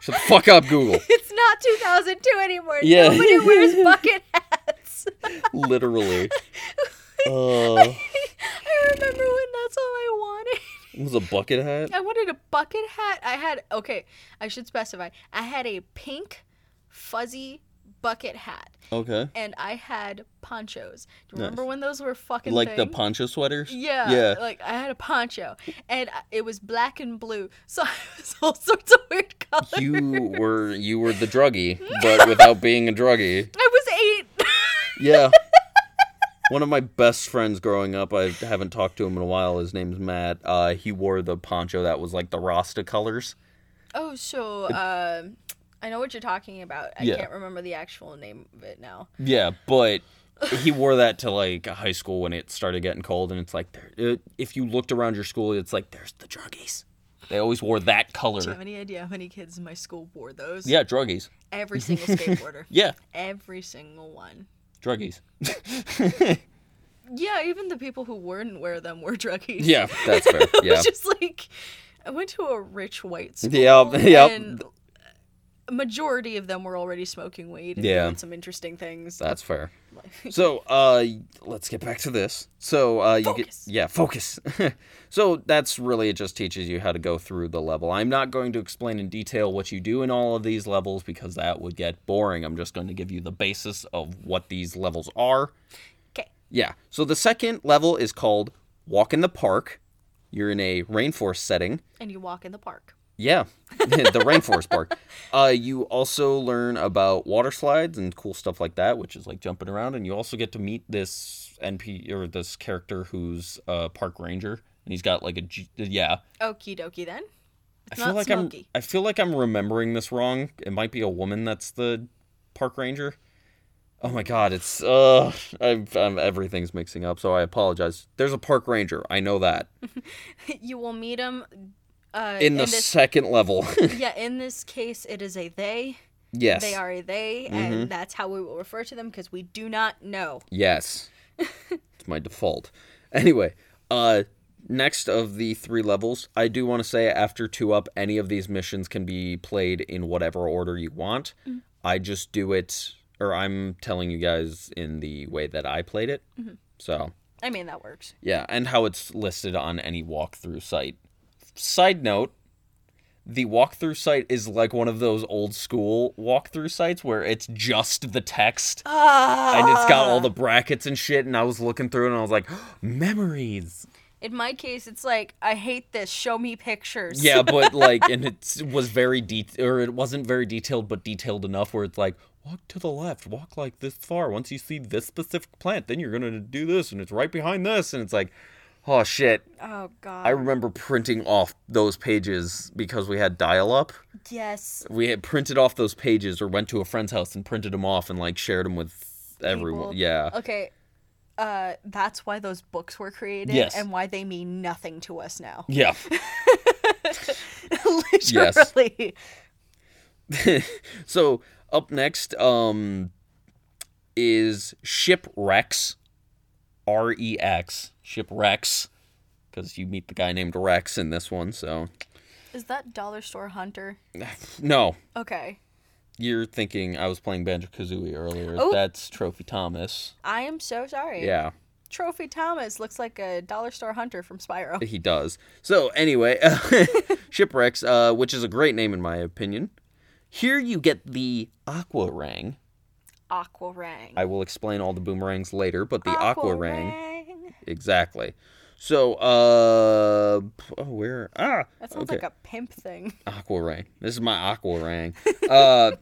S1: Shut the fuck up, Google.
S2: It's not 2002 anymore.
S1: Yeah.
S2: Nobody wears bucket hats.
S1: Literally. Uh,
S2: I remember when that's all I wanted.
S1: it was a bucket hat?
S2: I wanted a bucket hat. I had okay. I should specify. I had a pink, fuzzy bucket hat,
S1: Okay.
S2: and I had ponchos. Do you
S1: Nice.
S2: remember when those were fucking
S1: Like the
S2: thing?
S1: poncho sweaters?
S2: Yeah,
S1: Yeah.
S2: like I had a poncho, and I- it was black and blue, so I was all sorts of weird colors.
S1: you were you were the druggie, but without being a druggie.
S2: I was eight.
S1: Yeah. One of my best friends growing up, I haven't talked to him in a while. His name's Matt. Uh, he wore the poncho that was like the Rasta colors.
S2: oh, so um, I know what you're talking about. I
S1: Yeah.
S2: can't remember the actual name of it now.
S1: Yeah, but he wore that to like high school when it started getting cold, and it's like there, it, if you looked around your school, it's like there's the druggies. They always wore that
S2: Do you have
S1: color.
S2: any idea how many kids in my school wore those?
S1: Yeah, druggies.
S2: Every single skateboarder.
S1: Yeah,
S2: Every single one.
S1: druggies.
S2: Yeah, even the people who wouldn't wear them were druggies.
S1: Yeah, that's fair.
S2: it
S1: Yeah.
S2: was just like I went to a rich white school.
S1: Yep, yep.
S2: And a majority of them were already smoking weed and
S1: Yeah.
S2: doing some interesting things.
S1: That's fair.
S2: Like-
S1: So, uh, let's get back to this. So, uh, you
S2: Focus.
S1: get yeah, focus. so that's really it. Just teaches you how to go through the level. I'm not going to explain in detail what you do in all of these levels because that would get boring. I'm just going to give you the basis of what these levels are.
S2: Okay.
S1: Yeah. So the second level is called Walk in the Park. You're in a rainforest setting.
S2: And you walk in the park.
S1: Yeah, the rainforest park. Uh, you also learn about water slides and cool stuff like that, which is like jumping around. And you also get to meet this NP or this character who's a park ranger, and he's got like a G- yeah.
S2: Okie dokie then.
S1: I
S2: It's
S1: feel
S2: not
S1: like
S2: smoky.
S1: I'm. I feel like I'm remembering this wrong. It might be a woman that's the park ranger. Oh my god, it's uh, I've, I'm everything's mixing up, so I apologize. There's a park ranger. I know that
S2: you will meet them uh,
S1: in the
S2: this,
S1: second level.
S2: yeah, in this case, it is a they.
S1: yes, Mm-hmm.
S2: They are a they, and that's how we will refer to them because we do not know.
S1: Yes. it's my default. Anyway, uh next of the three levels, I do want to say after 2 up any of these missions can be played in whatever order you want. I just do it or I'm telling you guys in the way that I played it. So,
S2: I mean, that works.
S1: yeah, and how it's listed on any walkthrough site. Side note, the walkthrough site is like one of those old school walkthrough sites where it's just the text
S2: Ah.
S1: and it's got all the brackets and shit. And I was looking through and I was like, memories.
S2: In my case, it's like I hate this. Show me pictures.
S1: Yeah, but like, and it was very detailed, or it wasn't very detailed, but detailed enough where it's like, walk to the left, walk like this far. Once you see this specific plant, then you're gonna do this, and it's right behind this, and it's like, oh shit.
S2: Oh God.
S1: I remember printing off those pages because we had dial up.
S2: yes.
S1: We had printed off those pages or went to a friend's house and printed them off and like shared them with everyone.
S2: People. Oh.
S1: Yeah.
S2: Okay. Uh, that's why those books were created
S1: Yes.
S2: and why they mean nothing to us now.
S1: Yeah.
S2: Literally.
S1: so up next um is E shipwrecks r-e-x shipwrecks because you meet the guy named rex in this one so
S2: Is that Dollar Store Hunter?
S1: no
S2: Okay.
S1: you're thinking i was playing banjo kazooie earlier
S2: Oh.
S1: that's trophy thomas
S2: I am so sorry.
S1: yeah
S2: Trophy Thomas looks like a Dollar Store Hunter from Spyro.
S1: he does so anyway shipwrecks uh, which is a great name in my opinion here you get the aqua rang
S2: Aquarang.
S1: i will explain all the boomerangs later but the aqua rang
S2: Aquarang.
S1: Exactly. So, uh, p- oh, where? Ah,
S2: That sounds like a pimp thing.
S1: aqua rang. This is my aqua rang. uh,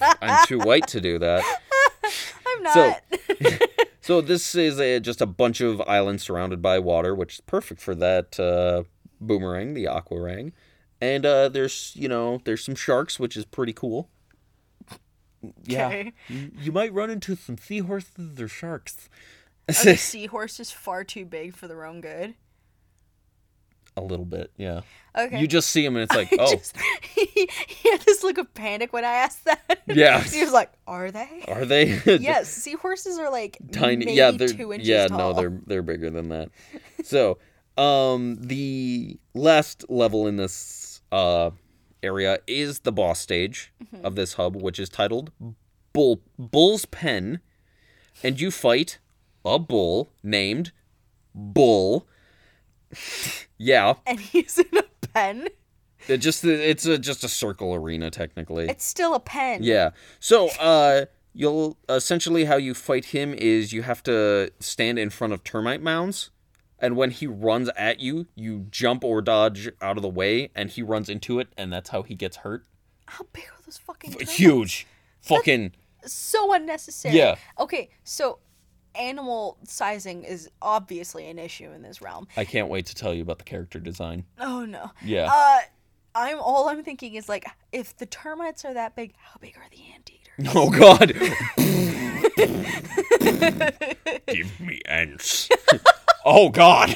S1: I'm too white to do that.
S2: I'm
S1: So-
S2: not.
S1: So this is a, just a bunch of islands surrounded by water, which is perfect for that uh, boomerang, the aqua rang. And uh, there's, you know, there's some sharks, which is pretty cool. Yeah,
S2: Okay.
S1: you, you might run into some seahorses or sharks.
S2: Are the seahorse is far too big for their own good.
S1: a little bit, yeah.
S2: Okay.
S1: You just see them, and it's like, oh,
S2: Just- he, he had this look of panic when I asked that.
S1: yeah.
S2: he was like, "Are they?"
S1: Are they?
S2: Yes, seahorses are like
S1: tiny
S2: Maybe
S1: yeah they're
S2: two inches
S1: yeah
S2: tall.
S1: no they're they're bigger than that so um the last level in this uh area is the boss stage
S2: Mm-hmm.
S1: of this hub which is titled bull bull's pen and you fight a bull named bull yeah
S2: and he's in a pen.
S1: it just it's a just a circle arena technically
S2: It's still a pen.
S1: yeah. So, uh, you'll essentially how you fight him is you have to stand in front of termite mounds, and when he runs at you, you jump or dodge out of the way, and he runs into it, and that's how he gets hurt.
S2: How big are those fucking?
S1: But
S2: termites?
S1: Huge, fucking
S2: So unnecessary.
S1: Yeah.
S2: Okay, so animal sizing is obviously an issue in this realm.
S1: I can't wait to tell you about the character design.
S2: Oh no.
S1: Yeah.
S2: Uh, I'm all I'm thinking is like, if the termites are that big, how big are the anteaters?
S1: Oh God. Give me ants. oh God.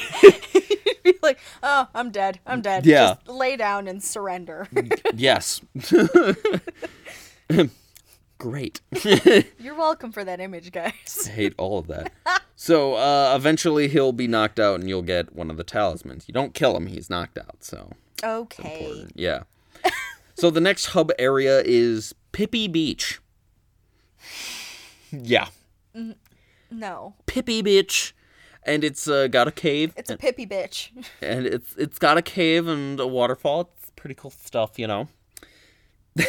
S2: Be like, oh, I'm dead. I'm dead.
S1: Yeah. Mm.
S2: Just lay down and surrender.
S1: yes. Great.
S2: You're welcome for that image, guys.
S1: hate all of that. so uh, eventually he'll be knocked out, and you'll get one of the talismans. You don't kill him; he's knocked out. So
S2: Okay.
S1: yeah. so the next hub area is Pippi Beach. Yeah,
S2: No.
S1: Pippi Beach, and it's uh, got a cave,
S2: It's a pippy bitch.
S1: and it's it's got a cave and a waterfall. It's pretty cool stuff, you know.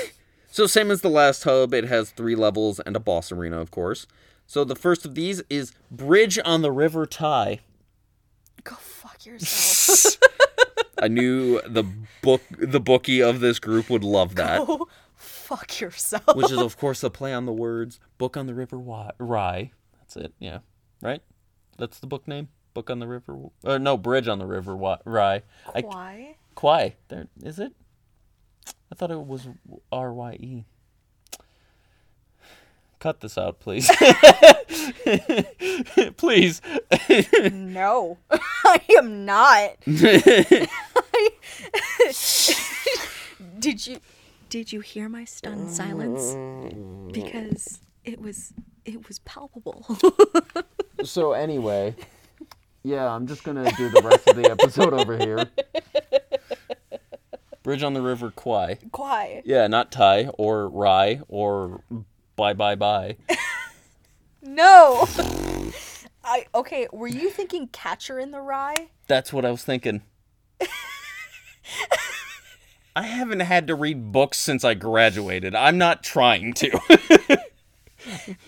S1: so same as the last hub, it has three levels and a boss arena, of course. So the first of these is Bridge on the River Ty.
S2: Go fuck yourself.
S1: I knew the book the bookie of this group would love that.
S2: Go fuck yourself.
S1: Which is of course a play on the words Book on the River Wi- Rye. That's it, yeah. Right? That's the book name? Book on the River uh, no, Bridge on the River Wi- Rye. I
S2: Why?
S1: Kwai. There is it? I thought it was R Y E. Cut this out, please. please.
S2: No, I am not. did you did you hear my stunned silence? Because it was it was palpable.
S1: So anyway, yeah, I'm just gonna do the rest of the episode over here. Bridge on the River Kwai.
S2: Why?
S1: Yeah, not Thai or Rye or Bye Bye Bye.
S2: No. I okay. Were you thinking Catcher in the Rye?
S1: That's what I was thinking. I haven't had to read books since I graduated. I'm not trying to.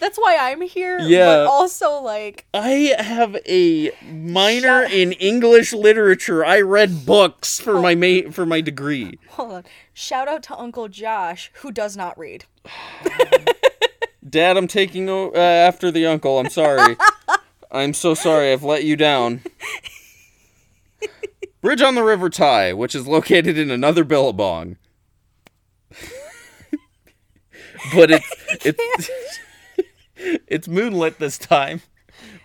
S2: That's why I'm here.
S1: Yeah.
S2: But also, like,
S1: I have a minor
S2: Shut-
S1: in English literature. I read books for my ma- for my degree.
S2: hold on. Shout out to Uncle Josh, who does not read.
S1: Dad, I'm taking o- uh, after the uncle. I'm sorry. I'm so sorry. I've let you down. Bridge on the River Ty, which is located in another Billabong. but it's it's it's moonlit this time,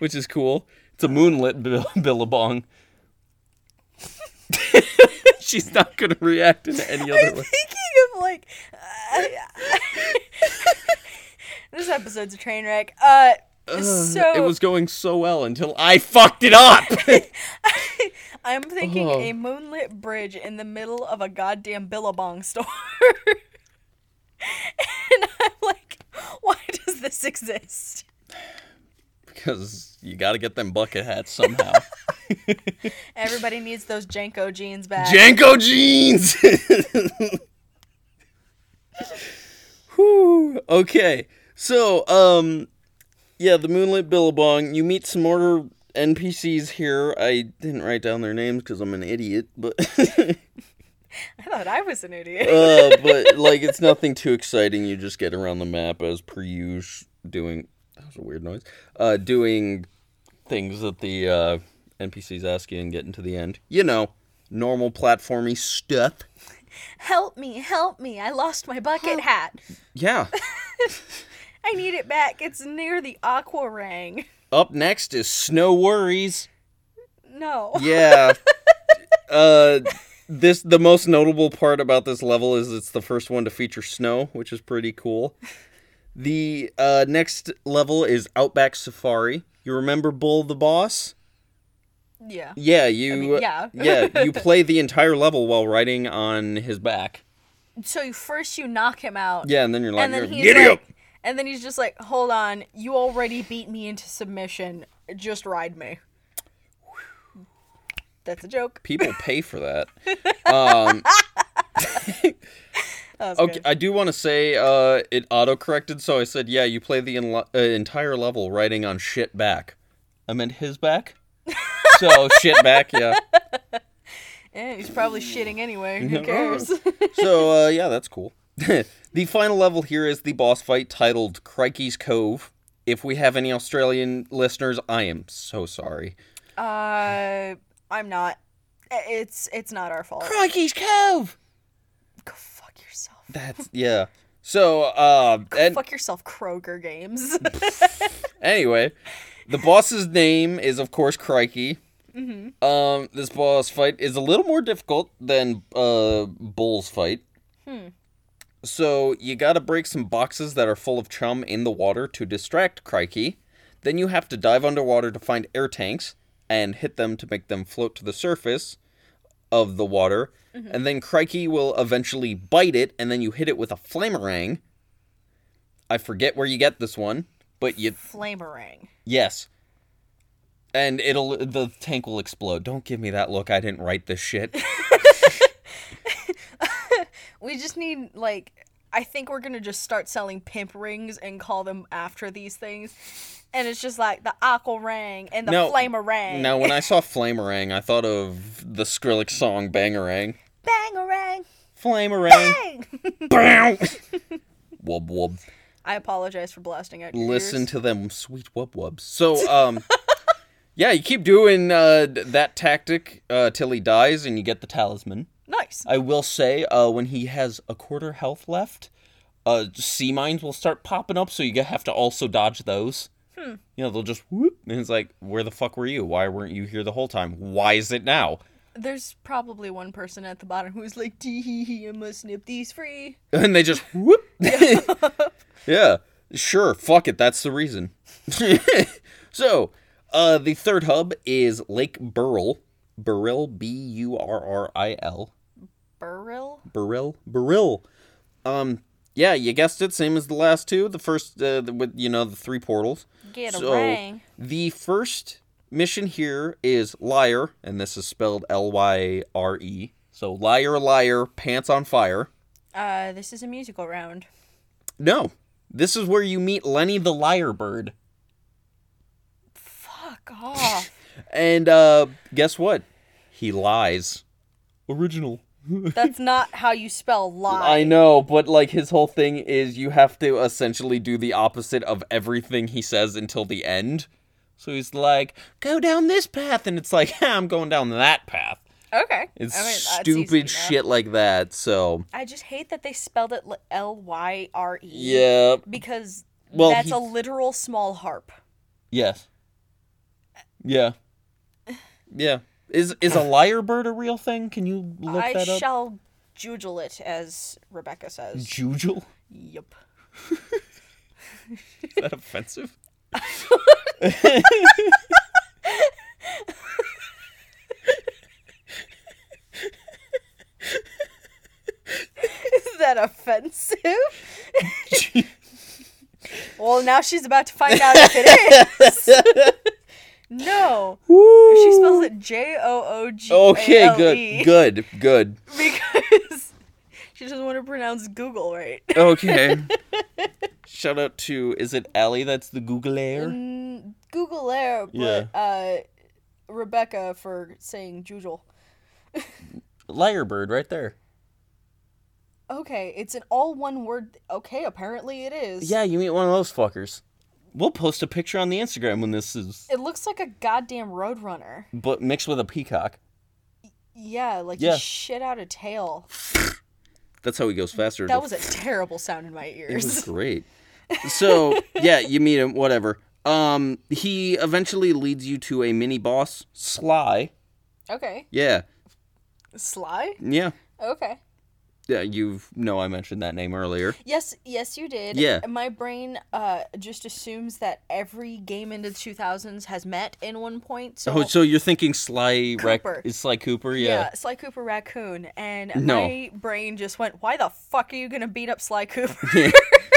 S1: which is cool. It's a moonlit bill- Billabong. She's not gonna react in any other way.
S2: Thinking of, like, uh, this episode's a train wreck. Uh, so
S1: it was going so well until I fucked it up.
S2: I'm thinking
S1: Oh.
S2: a moonlit bridge in the middle of a goddamn Billabong store. and I'm like, why does this exist?
S1: Because you got to get them bucket hats somehow.
S2: Everybody needs those Janko jeans back.
S1: Janko jeans! Whew. Okay. So, um, yeah, the Moonlit Billabong. You meet some more NPCs here. I didn't write down their names because I'm an idiot, but.
S2: I thought I was an idiot.
S1: uh, but like it's nothing too exciting. You just get around the map as per usual, doing that was a weird noise. Uh, doing things that the uh, NPCs ask you and getting to the end. You know, normal platformy stuff.
S2: help me, help me. I lost my bucket hat.
S1: Yeah.
S2: I need it back. It's near the aqua ring.
S1: Up next is Snow Worries.
S2: No.
S1: Yeah. uh, this the most notable part about this level is it's the first one to feature snow, which is pretty cool. The uh, next level is Outback Safari. You remember Bull the boss?
S2: Yeah.
S1: Yeah, you. uh,
S2: mean, yeah.
S1: yeah, you play the entire level while riding on his back.
S2: So you, first you knock him out.
S1: Yeah, and then you're like,
S2: And then he's
S1: "Giddy
S2: like,
S1: up!"
S2: and then he's just like, hold on, you already beat me into submission. Just ride me. That's a joke.
S1: People pay for that. Um,
S2: That was
S1: okay,
S2: good.
S1: I do want to say uh, it auto corrected, so I said, "Yeah, you play the enlo- uh, entire level riding on shit back." I meant his back. so shit back, yeah.
S2: Eh, he's probably shitting anyway. Who cares?
S1: So uh, yeah, that's cool. the final level here is the boss fight titled Crikey's Cove. If we have any Australian listeners, I am so sorry.
S2: uh, I'm not. Eh, It's it's not our fault.
S1: Crikey's Cove.
S2: Go fuck yourself.
S1: That's yeah. So uh, and
S2: fuck yourself, Kroger Games.
S1: Anyway, the boss's name is of course Crikey. Um, this boss fight is a little more difficult than uh Bull's fight. So you gotta break some boxes that are full of chum in the water to distract Crikey. Then you have to dive underwater to find air tanks and hit them to make them float to the surface of the water. And then Crikey will eventually bite it, and then you hit it with a flamerang. I forget where you get this one, but you
S2: Flamerang.
S1: Yes. And it'll the tank will explode. Don't give me that look. I didn't write this shit.
S2: We just need like I think we're gonna just start selling pimp rings and call them after these things. And it's just like the aqua ring and the
S1: No.
S2: flamerang. ring.
S1: now, when I saw flamerang, I thought of the Skrillex song "Bangerang."
S2: Bangarang.
S1: Flamerang.
S2: Bang!
S1: Bow. wub wub.
S2: I apologize for blasting out. Your
S1: Listen
S2: ears.
S1: to them sweet wub wubs. So, um, yeah, you keep doing uh, d- that tactic uh, till he dies, and you get the talisman.
S2: Nice.
S1: I will say, uh, when he has a quarter health left, uh, sea mines will start popping up, so you have to also dodge those. You know, they'll just whoop, and it's like, where the fuck were you? Why weren't you here the whole time? Why is it now?
S2: There's probably one person at the bottom who's like, "Tee hee hee, I must nip these free."
S1: And they just whoop. yeah, sure, fuck it, that's the reason. so, uh, the third hub is Lake Burl. Burril, B U R R I L.
S2: Burrill?
S1: Burrill. Burrill. Um, yeah, you guessed it. Same as the last two. The first uh, the- with you know the three portals.
S2: Get
S1: so
S2: a ring.
S1: the first mission here is liar, and this is spelled L Y R E. So liar, liar, pants on fire.
S2: Uh, this is a musical round.
S1: No, This is where you meet Lenny the Lyrebird.
S2: Fuck off.
S1: And uh guess what? He lies. Original.
S2: That's not how you spell lie.
S1: I know, but like his whole thing is you have to essentially do the opposite of everything he says until the end. So he's like, "Go down this path," and it's like, "I'm going down that path."
S2: okay.
S1: It's
S2: I mean, that's easy
S1: stupid
S2: enough.
S1: shit like that. So
S2: I just hate that they spelled it L Y R E.
S1: yeah,
S2: Because
S1: Well,
S2: that's
S1: he-
S2: a literal small harp.
S1: yes, yeah, yeah. Is is a lyre bird a real thing? Can you look
S2: I
S1: that up?
S2: shall juggle it, as Rebecca says.
S1: Jujel?
S2: Yup.
S1: Is that offensive?
S2: Is that offensive? Well, now she's about to find out if it is. no. She spells it J O O G. E.
S1: Okay, good, good, good.
S2: Because she doesn't want to pronounce Google right.
S1: Okay. Shout out to is it Allie that's the Googler?
S2: Mm, Google Air, but uh, Rebecca for saying Jujel.
S1: Lyrebird right there.
S2: Okay, it's an all one word. Okay, apparently it is.
S1: Yeah, you meet one of those fuckers. We'll post a picture on the Instagram when this is
S2: It looks like a goddamn roadrunner.
S1: but mixed with a peacock.
S2: Yeah, like
S1: Yeah.
S2: he shit out a tail.
S1: That's how he goes faster.
S2: That was a terrible sound in my
S1: it was
S2: ears.
S1: great. So yeah, you meet him, whatever. Um he eventually leads you to a mini boss, Sly.
S2: Okay.
S1: Yeah.
S2: Sly?
S1: Yeah.
S2: Okay.
S1: Yeah, you know I mentioned that name earlier.
S2: Yes, yes, you did.
S1: Yeah.
S2: My brain uh, just assumes that every game into the 2000s has met in one point. So,
S1: Oh, so you're thinking Sly Rac-
S2: Cooper.
S1: is Sly Cooper,
S2: yeah.
S1: yeah.
S2: Sly Cooper Raccoon. And
S1: No.
S2: my brain just went, why the fuck are you going to beat up Sly Cooper?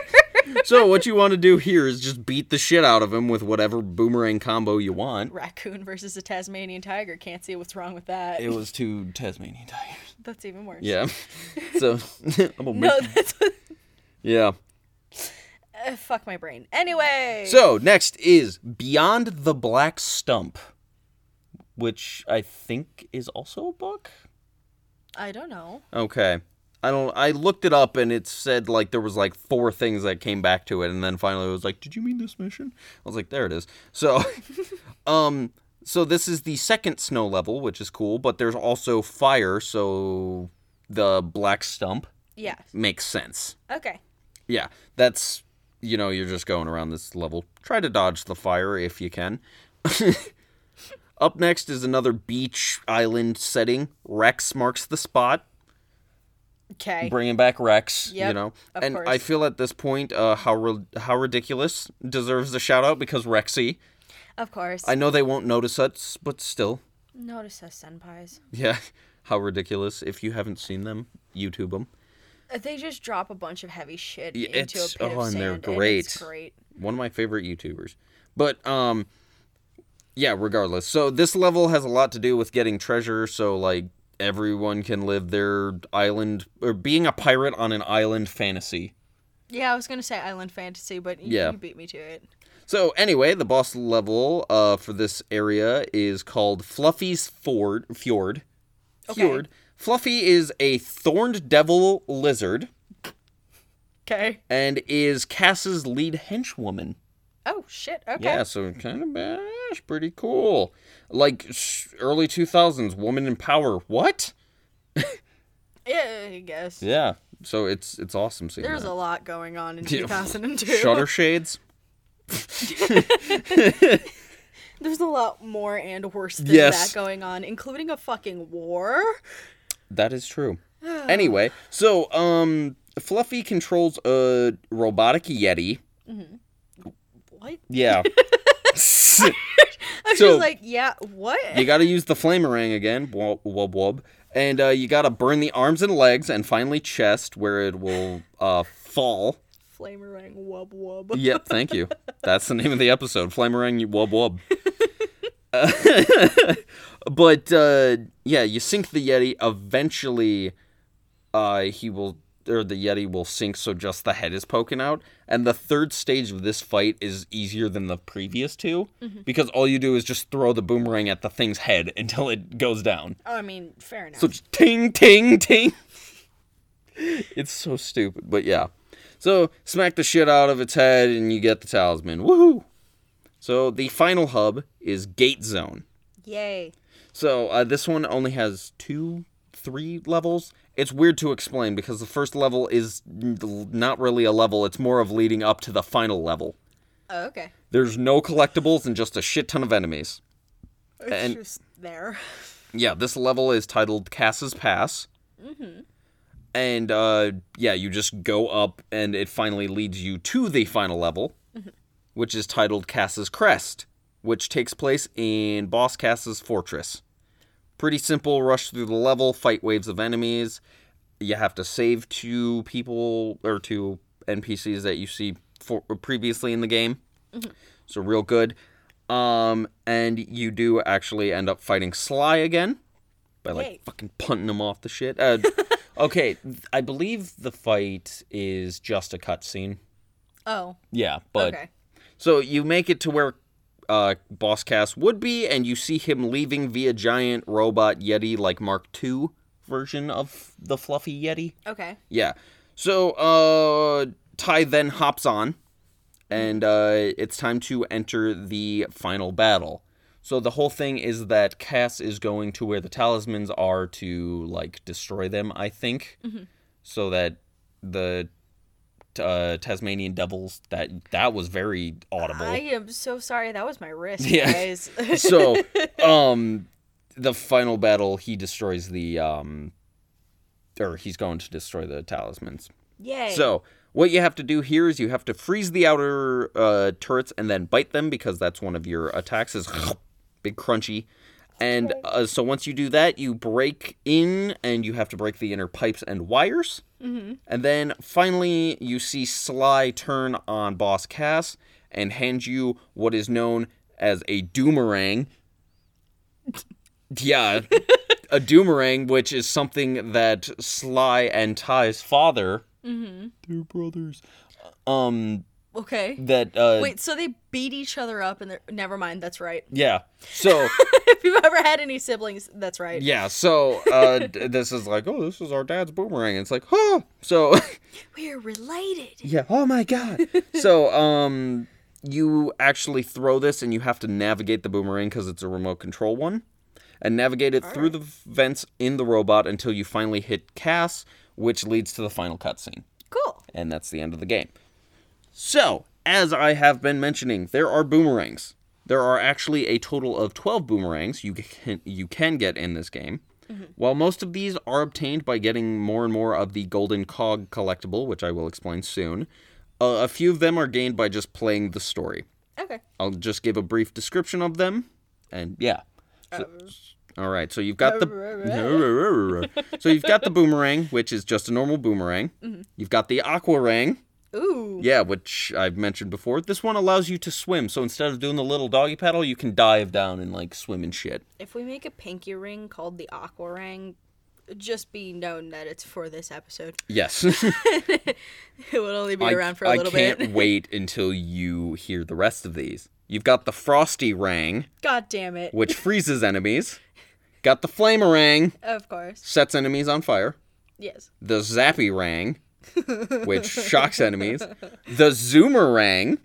S1: so what you want to do here is just beat the shit out of him with whatever boomerang combo you want.
S2: Raccoon versus a Tasmanian tiger. Can't see what's wrong with that.
S1: It was two Tasmanian tigers.
S2: That's even worse.
S1: Yeah. So I'm gonna
S2: No,
S1: make-
S2: that's.
S1: yeah.
S2: Uh, fuck my brain. Anyway.
S1: So next is Beyond the Black Stump, which I think is also a book.
S2: I don't know.
S1: Okay. I don't I looked it up and it said like there was like four things that came back to it and then finally it was like, Did you mean this mission? I was like, There it is. So um so this is the second snow level, which is cool, but there's also fire, so the black stump
S2: Yeah.
S1: makes sense.
S2: Okay.
S1: Yeah. That's you know, you're just going around this level. Try to dodge the fire if you can. Up next is another beach island setting. Rex marks the spot
S2: Okay.
S1: bringing back Rex, you
S2: Yep,
S1: know.
S2: of
S1: And
S2: course.
S1: I feel at this point, uh, how Ri- how ridiculous deserves the shout out because Rexy.
S2: of course.
S1: I know they won't notice us, but still,
S2: Notice us senpais.
S1: yeah, how ridiculous. If you haven't seen them, YouTube them.
S2: Uh, They just drop a bunch of heavy shit
S1: Yeah,
S2: into a
S1: it's-
S2: pit of
S1: oh, and they're
S2: sand, it's great.
S1: One of my favorite YouTubers, but um, yeah. Regardless, so this level has a lot to do with getting treasure. So like everyone can live their island or being a pirate on an island fantasy.
S2: Yeah, I was gonna say Island Fantasy, but you,
S1: Yeah.
S2: you beat me to it.
S1: So anyway, the boss level uh, for this area is called Fluffy's Ford Fjord.
S2: Okay.
S1: Fjord. Fluffy is a thorned devil lizard
S2: Okay.
S1: and is Cass's lead henchwoman.
S2: Oh shit. Okay.
S1: Yeah, so kind of badass, pretty cool. Like sh- early two thousands, woman in power. What?
S2: Yeah, I guess.
S1: Yeah. So it's it's awesome seeing
S2: There's
S1: that.
S2: a lot going on in
S1: Yeah.
S2: 2002.
S1: Shutter shades.
S2: There's a lot more and worse than
S1: Yes.
S2: that going on, including a fucking war.
S1: That is true. anyway, so um, Fluffy controls a robotic yeti.
S2: What?
S1: Yeah. so
S2: I'm just like, yeah, what?
S1: you got to use the flame ring again, wob wob wob, and uh, you got to burn the arms and legs, and finally chest where it will uh, fall.
S2: Flamerang wub wub.
S1: Yep, thank you. That's the name of the episode, Flamerang Wub Wub. Uh, but uh, yeah, you sink the Yeti. Eventually, uh, he will or the Yeti will sink so just the head is poking out. And the third stage of this fight is easier than the previous 2 because all you do is just throw the boomerang at the thing's head until it goes down.
S2: Oh, I mean, fair enough.
S1: So just ting, ting, ting. it's so stupid, but yeah. So smack the shit out of its head and you get the talisman. Woohoo! So the final hub is Gate Zone.
S2: Yay.
S1: So uh, this one only has two, three levels. It's weird to explain because the first level is n- not really a level, it's more of leading up to the final level.
S2: Oh, okay.
S1: There's no collectibles and just a shit ton of enemies.
S2: It's
S1: And-
S2: just there.
S1: Yeah, this level is titled Cass's Pass. Mm-hmm. And uh, yeah, you just go up, and it finally leads you to the final level, which is titled Cass's Crest, which takes place in Boss Cass's fortress. Pretty simple. Rush through the level, fight waves of enemies. You have to save two people or two NPCs that you see for, previously in the game. So real good. Um, and you do actually end up fighting Sly again by like
S2: Yay.
S1: fucking punting him off the shit. Uh, okay, I believe the fight is just a cutscene.
S2: Oh,
S1: Yeah, but
S2: okay.
S1: so you make it to where uh, Boss Cass would be, and you see him leaving via giant robot Yeti, like Mark II version of the fluffy Yeti.
S2: Okay.
S1: Yeah. So uh, Ty then hops on, and uh, it's time to enter the final battle. So the whole thing is that Cass is going to where the talismans are to like destroy them, I think, so that the uh, Tasmanian devils that that was very audible.
S2: I am so sorry. That was my wrist,
S1: Yeah.
S2: guys.
S1: so um the final battle he destroys the um or he's going to destroy the talismans
S2: Yay.
S1: so what you have to do here is you have to freeze the outer uh, turrets and then bite them because that's one of your attacks is big crunchy. And uh, so once you do that, you break in and you have to break the inner pipes and wires. And then finally, you see Sly turn on Boss Cass and hand you what is known as a doomerang. yeah, a doomerang, which is something that Sly and Ty's father they're brothers. Um,
S2: okay.
S1: that uh,
S2: Wait, so they beat each other up and they're. Never mind, that's right.
S1: yeah. So
S2: if you've ever had any siblings, that's right.
S1: yeah, so uh, d- this is like, oh, this is our dad's boomerang. It's like, oh, so
S2: We're related.
S1: yeah. Oh my god. So um, you actually throw this, and you have to navigate the boomerang because it's a remote control one, and navigate it through the vents in the robot until you finally hit Cass, which leads to the final cutscene.
S2: Cool.
S1: and that's the end of the game. So, as I have been mentioning, there are boomerangs. There are actually a total of 12 boomerangs you can, you can get in this game. While most of these are obtained by getting more and more of the Golden Cog collectible, which I will explain soon, uh, a few of them are gained by just playing the story.
S2: Okay.
S1: I'll just give a brief description of them, and yeah. So- all right, so you've got the so you've got the boomerang, which is just a normal boomerang.
S2: Mm-hmm.
S1: You've got the aquarang,
S2: Ooh.
S1: yeah, which I've mentioned before. This one allows you to swim, so instead of doing the little doggy paddle, you can dive down and like swim and shit.
S2: If we make a pinky ring called the Aqua Ring, just be known that it's for this episode.
S1: Yes,
S2: It will only be
S1: I,
S2: around for a
S1: I
S2: little
S1: can't
S2: bit.
S1: wait until you hear the rest of these. You've got the frosty rang,
S2: God damn it.
S1: which freezes enemies. Got the flamerang,
S2: Of course.
S1: sets enemies on fire.
S2: Yes.
S1: the Zappy Rang, which shocks enemies, the Zoomer Rang,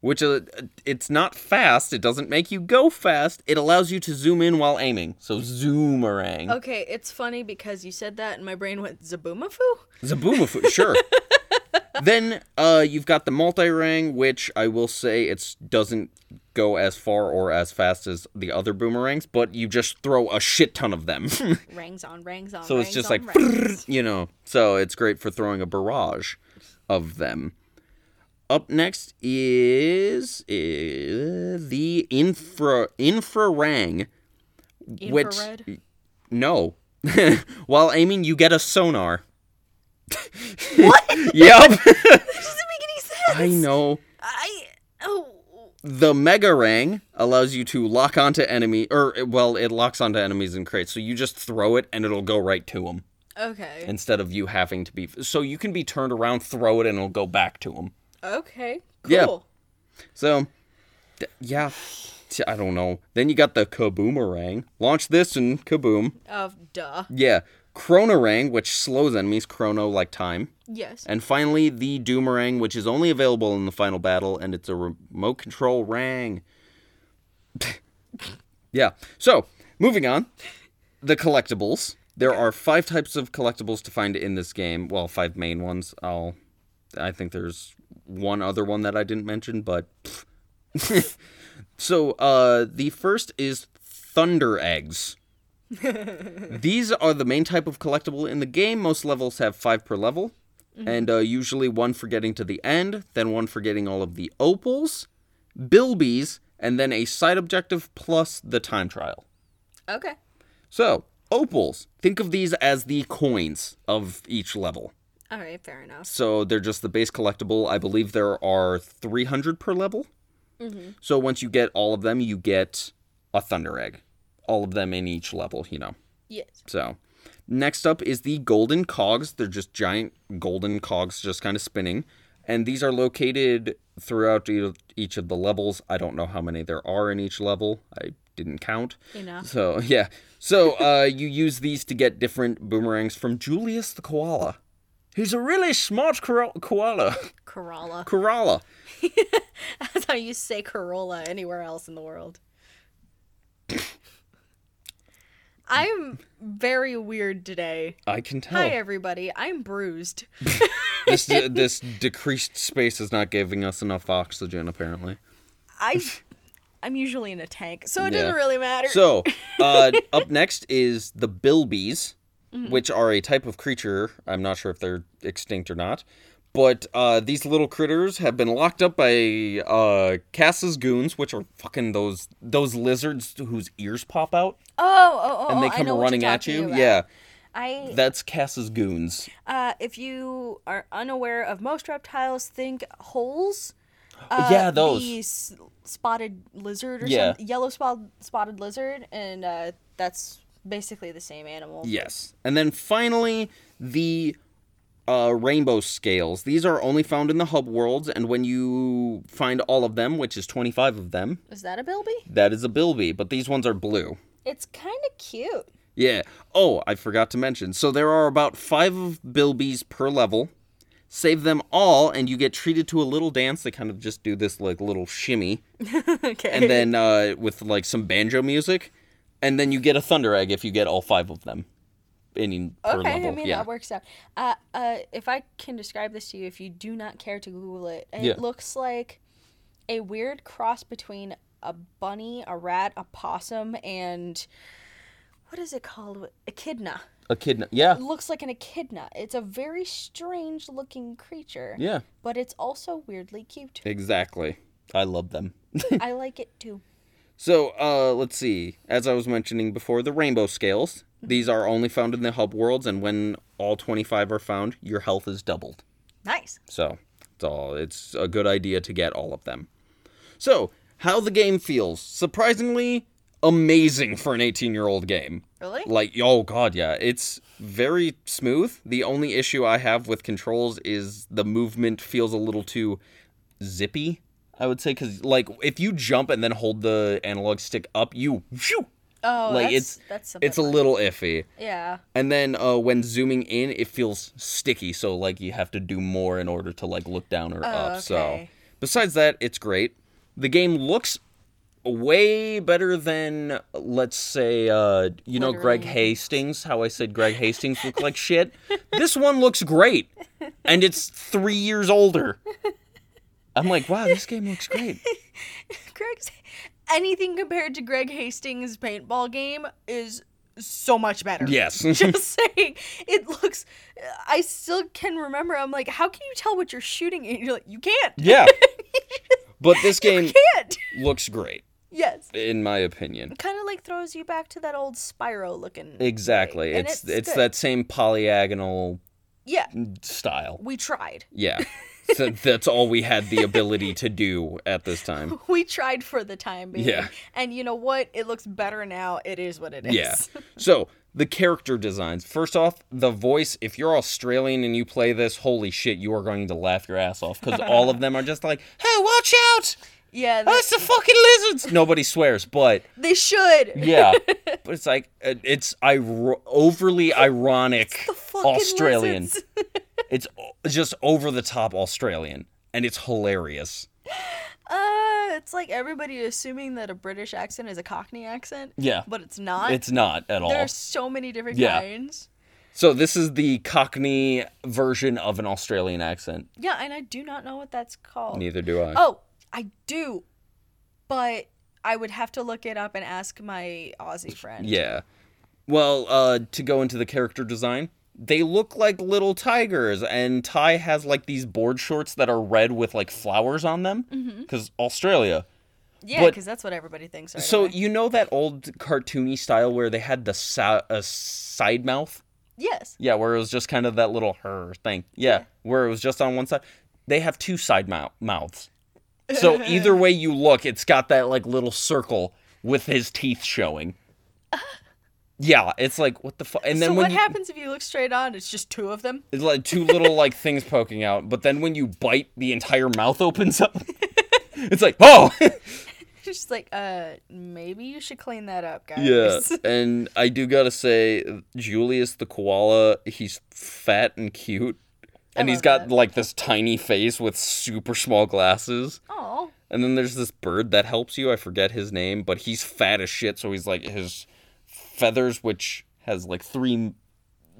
S1: which uh, it's not fast, it doesn't make you go fast, it allows you to zoom in while aiming. So Zoomerang.
S2: Okay, it's funny because you said that and my brain went Zaboomafoo?
S1: Zaboomafu, sure. then uh, you've got the multi rang, which I will say it doesn't go as far or as fast as the other boomerangs, but you just throw a shit ton of them.
S2: Rangs on, rangs on.
S1: So it's
S2: rangs
S1: just
S2: on,
S1: like,
S2: rangs.
S1: you know, so it's great for throwing a barrage of them. Up next is, uh, the infra infrarang, which
S2: Infrared?
S1: no, while aiming you get a sonar. what? yep.
S2: That doesn't make any sense.
S1: I know.
S2: I oh
S1: The mega rang allows you to lock onto enemy, or well, it locks onto enemies in crates. So you just throw it and it'll go right to them.
S2: Okay.
S1: instead of you having to be. So you can be turned around, throw it, and it'll go back to him.
S2: Okay. Cool.
S1: Yeah. So, d- yeah, t- I don't know. Then you got the kaboomerang. Launch this and kaboom.
S2: Of duh.
S1: Yeah, chronorang, which slows enemies, chrono like time.
S2: Yes.
S1: And finally, the Doomerang, which is only available in the final battle, and it's a remote control rang. yeah. So, moving on. The collectibles. There are five types of collectibles to find in this game. Well, five main ones. I'll. I think there's one other one that I didn't mention, but. pff. so, uh, the first is Thunder Eggs. These are the main type of collectible in the game. Most levels have five per level, and uh, usually one for getting to the end, then one for getting all of the opals, bilbies, and then a side objective plus the time trial.
S2: Okay.
S1: So, opals, think of these as the coins of each level.
S2: All right. Fair enough.
S1: So, they're just the base collectible. I believe there are 300 per level.
S2: Mm-hmm.
S1: So, once you get all of them, you get a thunder egg. All of them in each level, you know.
S2: Yes.
S1: So, next up is the golden cogs. They're just giant golden cogs, just kind of spinning. And these are located throughout e- each of the levels. I don't know how many there are in each level. I didn't count.
S2: Enough.
S1: So, yeah. So, uh, you use these to get different boomerangs from Julius the Koala. He's a really smart koala. Koala.
S2: Corolla.
S1: koala.
S2: That's how you say Corolla anywhere else in the world. I'm very weird today.
S1: I can tell.
S2: Hi, everybody. I'm bruised.
S1: This, this decreased space is not giving us enough oxygen, apparently.
S2: I, I'm usually in a tank, so it
S1: Yeah.
S2: doesn't really matter.
S1: So, uh, up next is the bilbies,
S2: Mm-hmm.
S1: which are a type of creature. I'm not sure if they're extinct or not. But uh, these little critters have been locked up by uh, Cass's goons, which are fucking those those lizards whose ears pop out
S2: oh, oh, oh,
S1: and
S2: oh,
S1: they
S2: I
S1: come
S2: know what
S1: running
S2: you're
S1: at
S2: talking
S1: you.
S2: about.
S1: Yeah,
S2: I
S1: that's Cass's goons.
S2: Uh, if you are unaware of most reptiles, think holes.
S1: yeah, Uh, those.
S2: Uh, The s- spotted lizard or
S1: Yeah.
S2: something. Yellow spot- spotted lizard. And uh, that's basically the same animal.
S1: Yes. And then finally, the uh, rainbow scales. These are only found in the hub worlds, and when you find all of them, which is 25 of them,
S2: Is that a bilby?
S1: That is a bilby, but these ones are blue.
S2: It's kind of cute.
S1: Yeah. Oh, I forgot to mention. So there are about five of bilbies per level. Save them all, and you get treated to a little dance. They kind of just do this like little shimmy,
S2: okay.
S1: and then uh, with like some banjo music, and then you get a thunder egg if you get all five of them, in per
S2: Okay,
S1: level.
S2: I mean
S1: yeah.
S2: that works out. Uh, uh, if I can describe this to you, if you do not care to Google it, it
S1: Yeah.
S2: looks like a weird cross between a bunny, a rat, a possum, and what is it called? Echidna.
S1: Echidna. Yeah.
S2: It looks like an echidna. It's a very strange looking creature.
S1: Yeah.
S2: But it's also weirdly cute.
S1: Exactly. I love them.
S2: I like it too.
S1: So, uh, let's see. As I was mentioning before, the rainbow scales. These are only found in the hub worlds, and when all 25 are found, your health is doubled.
S2: Nice.
S1: So, it's all it's a good idea to get all of them. So, how the game feels. Surprisingly amazing for an 18-year-old game.
S2: Really?
S1: Like, oh god, yeah. It's very smooth. The only issue I have with controls is the movement feels a little too zippy, I would say cuz like if you jump and then hold the analog stick up, you whew,
S2: Oh,
S1: like
S2: that's,
S1: it's
S2: that's something.
S1: it's a little iffy.
S2: yeah.
S1: And then uh, when zooming in, it feels sticky, so like you have to do more in order to like look down or up. So
S2: okay.
S1: besides that, it's great. The game looks way better than let's say uh, you know Greg Hastings. How I said Greg Hastings looked like shit. This one looks great, and it's three years older. I'm like, wow, this game looks great.
S2: Greg's anything compared to Greg Hastings' paintball game is so much better.
S1: Yes.
S2: Just saying, it looks. I still can remember. I'm like, how can you tell what you're shooting? And you're like, you can't.
S1: yeah. But this game
S2: Can't.
S1: looks great,
S2: Yes.
S1: in my opinion.
S2: Kind of like throws you back to that old Spyro looking.
S1: Exactly.
S2: And
S1: It's
S2: it's
S1: it's
S2: good.
S1: that same polyagonal
S2: Yeah,
S1: style.
S2: we tried.
S1: Yeah. so that's all we had the ability to do at this time.
S2: We tried for the time being.
S1: Yeah.
S2: And you know what? It looks better now. It is what it is.
S1: Yeah. So the character designs. First off, the voice. If you're Australian and you play this, holy shit, you are going to laugh your ass off because all of them are just like, "Hey, watch out!
S2: Yeah, they,
S1: Oh, it's the fucking lizards!" Nobody swears, but
S2: they should.
S1: yeah, but it's like it- it's ir- overly ironic
S2: The fucking
S1: Australian.
S2: lizards.
S1: It's o- just over the top Australian, and it's hilarious.
S2: Uh, it's like everybody assuming that a British accent is a Cockney accent,
S1: Yeah,
S2: but it's not.
S1: it's not at all.
S2: there are so many different
S1: Yeah.
S2: kinds.
S1: So this is the Cockney version of an Australian accent.
S2: Yeah, and I do not know what that's called.
S1: Neither do I.
S2: Oh, I do, but I would have to look it up and ask my Aussie friend.
S1: Yeah. Well, uh, to go into the character design, they look like little tigers, and Ty has like these board shorts that are red with like flowers on them, because Australia.
S2: yeah,
S1: But-
S2: because that's what everybody thinks. Right
S1: So
S2: away.
S1: you know that old cartoony style where they had the sa- uh, side mouth,
S2: yes,
S1: yeah, where it was just kind of that little her thing, yeah, where it was just on one side. They have two side mou- mouths, so either way you look, it's got that like little circle with his teeth showing. Yeah, it's like what the fuck. And then
S2: so
S1: when
S2: what
S1: you,
S2: happens if you look straight on? It's just two of them.
S1: It's like two little like things poking out, but then when you bite, the entire mouth opens up. it's like oh
S2: She's like, uh, maybe you should clean that up, guys.
S1: yeah. And I do gotta say, Julius the koala, he's fat and cute, and
S2: I
S1: he's
S2: love
S1: got
S2: that.
S1: like this tiny face with super small glasses.
S2: Oh,
S1: And then there's this bird that helps you. I forget his name, but he's fat as shit, so he's like his feathers, which has like three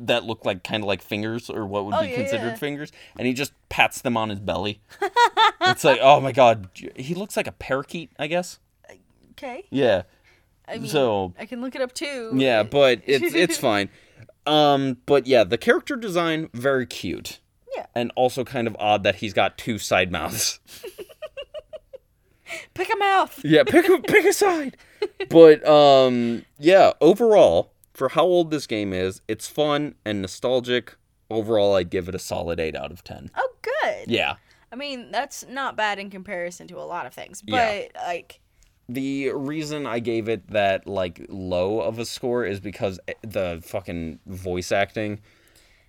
S1: that look like kind of like fingers or what would
S2: Oh,
S1: be
S2: yeah,
S1: considered
S2: yeah.
S1: fingers, and he just pats them on his belly. it's like, oh my god, he looks like a parakeet, I guess.
S2: okay.
S1: Yeah.
S2: I mean,
S1: so
S2: I can look it up too.
S1: yeah, but it's it's fine. Um, but yeah, the character design very cute.
S2: Yeah.
S1: And also kind of odd that he's got two side mouths.
S2: Pick a mouth.
S1: Yeah, pick a pick a side. But um yeah, overall, for how old this game is, it's fun and nostalgic. Overall, I'd give it a solid 8 out of 10.
S2: Oh, good.
S1: Yeah.
S2: I mean, that's not bad in comparison to a lot of things, but
S1: Yeah.
S2: like,
S1: The reason I gave it that like low of a score is because eh, the fucking voice acting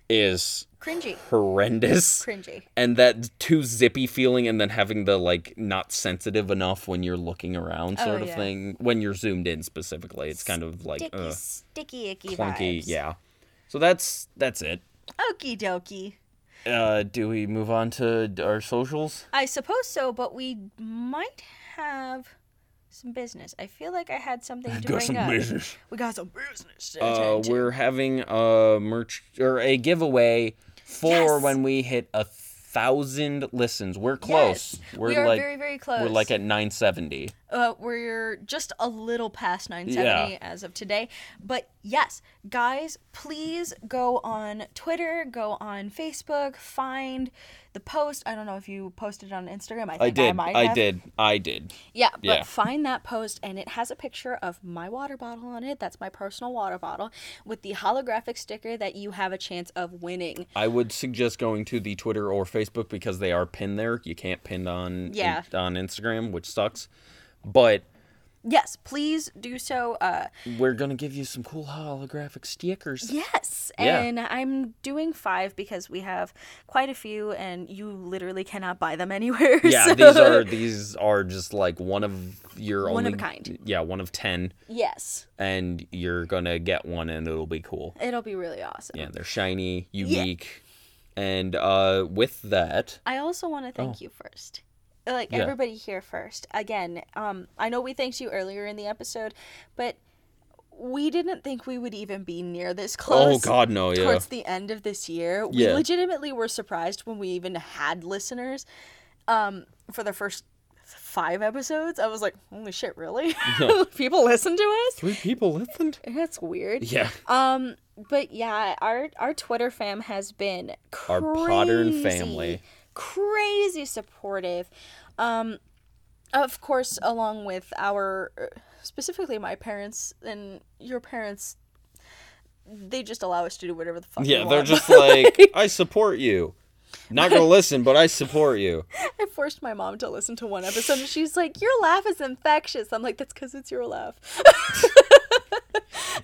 S1: is
S2: cringy,
S1: horrendous.
S2: cringy.
S1: And that too zippy feeling, and then having the like not sensitive enough when you're looking around,
S2: Oh,
S1: sort of
S2: yeah.
S1: thing. When you're zoomed in specifically, it's kind of like
S2: Sticky,
S1: ugh.
S2: sticky, icky
S1: clunky.
S2: vibes.
S1: Yeah. So that's that's it.
S2: Okie dokie.
S1: Uh, do we move on to our socials?
S2: I suppose so, but we might have some business. I feel like I had something to bring up. We got some business. To
S1: Uh,
S2: attend to.
S1: we're having a merch or a giveaway for
S2: Yes!
S1: when we hit a thousand listens. We're close.
S2: Yes,
S1: We're
S2: we are
S1: like
S2: very, very close.
S1: we're like at nine seventy.
S2: uh, we're just a little past 970
S1: Yeah.
S2: as of today. But yes, guys, please go on Twitter, go on Facebook, find the post. I don't know if you posted it on Instagram. I think
S1: I did.
S2: might
S1: I,
S2: have.
S1: did. I did.
S2: Yeah, but
S1: Yeah.
S2: find that post and it has a picture of my water bottle on it. That's my personal water bottle with the holographic sticker that you have a chance of winning.
S1: I would suggest going to the Twitter or Facebook because they are pinned there. You can't pin on
S2: Yeah.
S1: on Instagram, which sucks. But
S2: Yes, please do so. Uh,
S1: we're gonna give you some cool holographic stickers.
S2: Yes.
S1: Yeah.
S2: And I'm doing five because we have quite a few and you literally cannot buy them anywhere.
S1: Yeah,
S2: so-
S1: these are these are just like one of your
S2: One
S1: only
S2: of a kind.
S1: Yeah, one of ten,
S2: Yes.
S1: and you're gonna get one, and it'll be cool.
S2: It'll be really awesome.
S1: Yeah, they're shiny, unique, and uh, with that,
S2: I also want to thank you first. Like
S1: Oh. Yeah.
S2: everybody here first. Again, um, I know we thanked you earlier in the episode, but we didn't think we would even be near this close.
S1: oh god, no, yeah,
S2: towards the end of this year. We
S1: Yeah.
S2: legitimately were surprised when we even had listeners um, for the first five episodes. I was like, holy shit, really? People listen to us?
S1: three people listened.
S2: That's weird.
S1: Yeah,
S2: Um, but yeah, our our Twitter fam has been
S1: Our
S2: crazy,
S1: Podern family.
S2: crazy supportive. Um, of course, along with our uh, specifically my parents and your parents, they just allow us to do whatever the fuck. we
S1: yeah, they're
S2: want.
S1: just like, I support you. Not gonna listen, but I support you.
S2: I forced my mom to listen to one episode, and she's like, "Your laugh is infectious." I'm like, "That's because it's your laugh."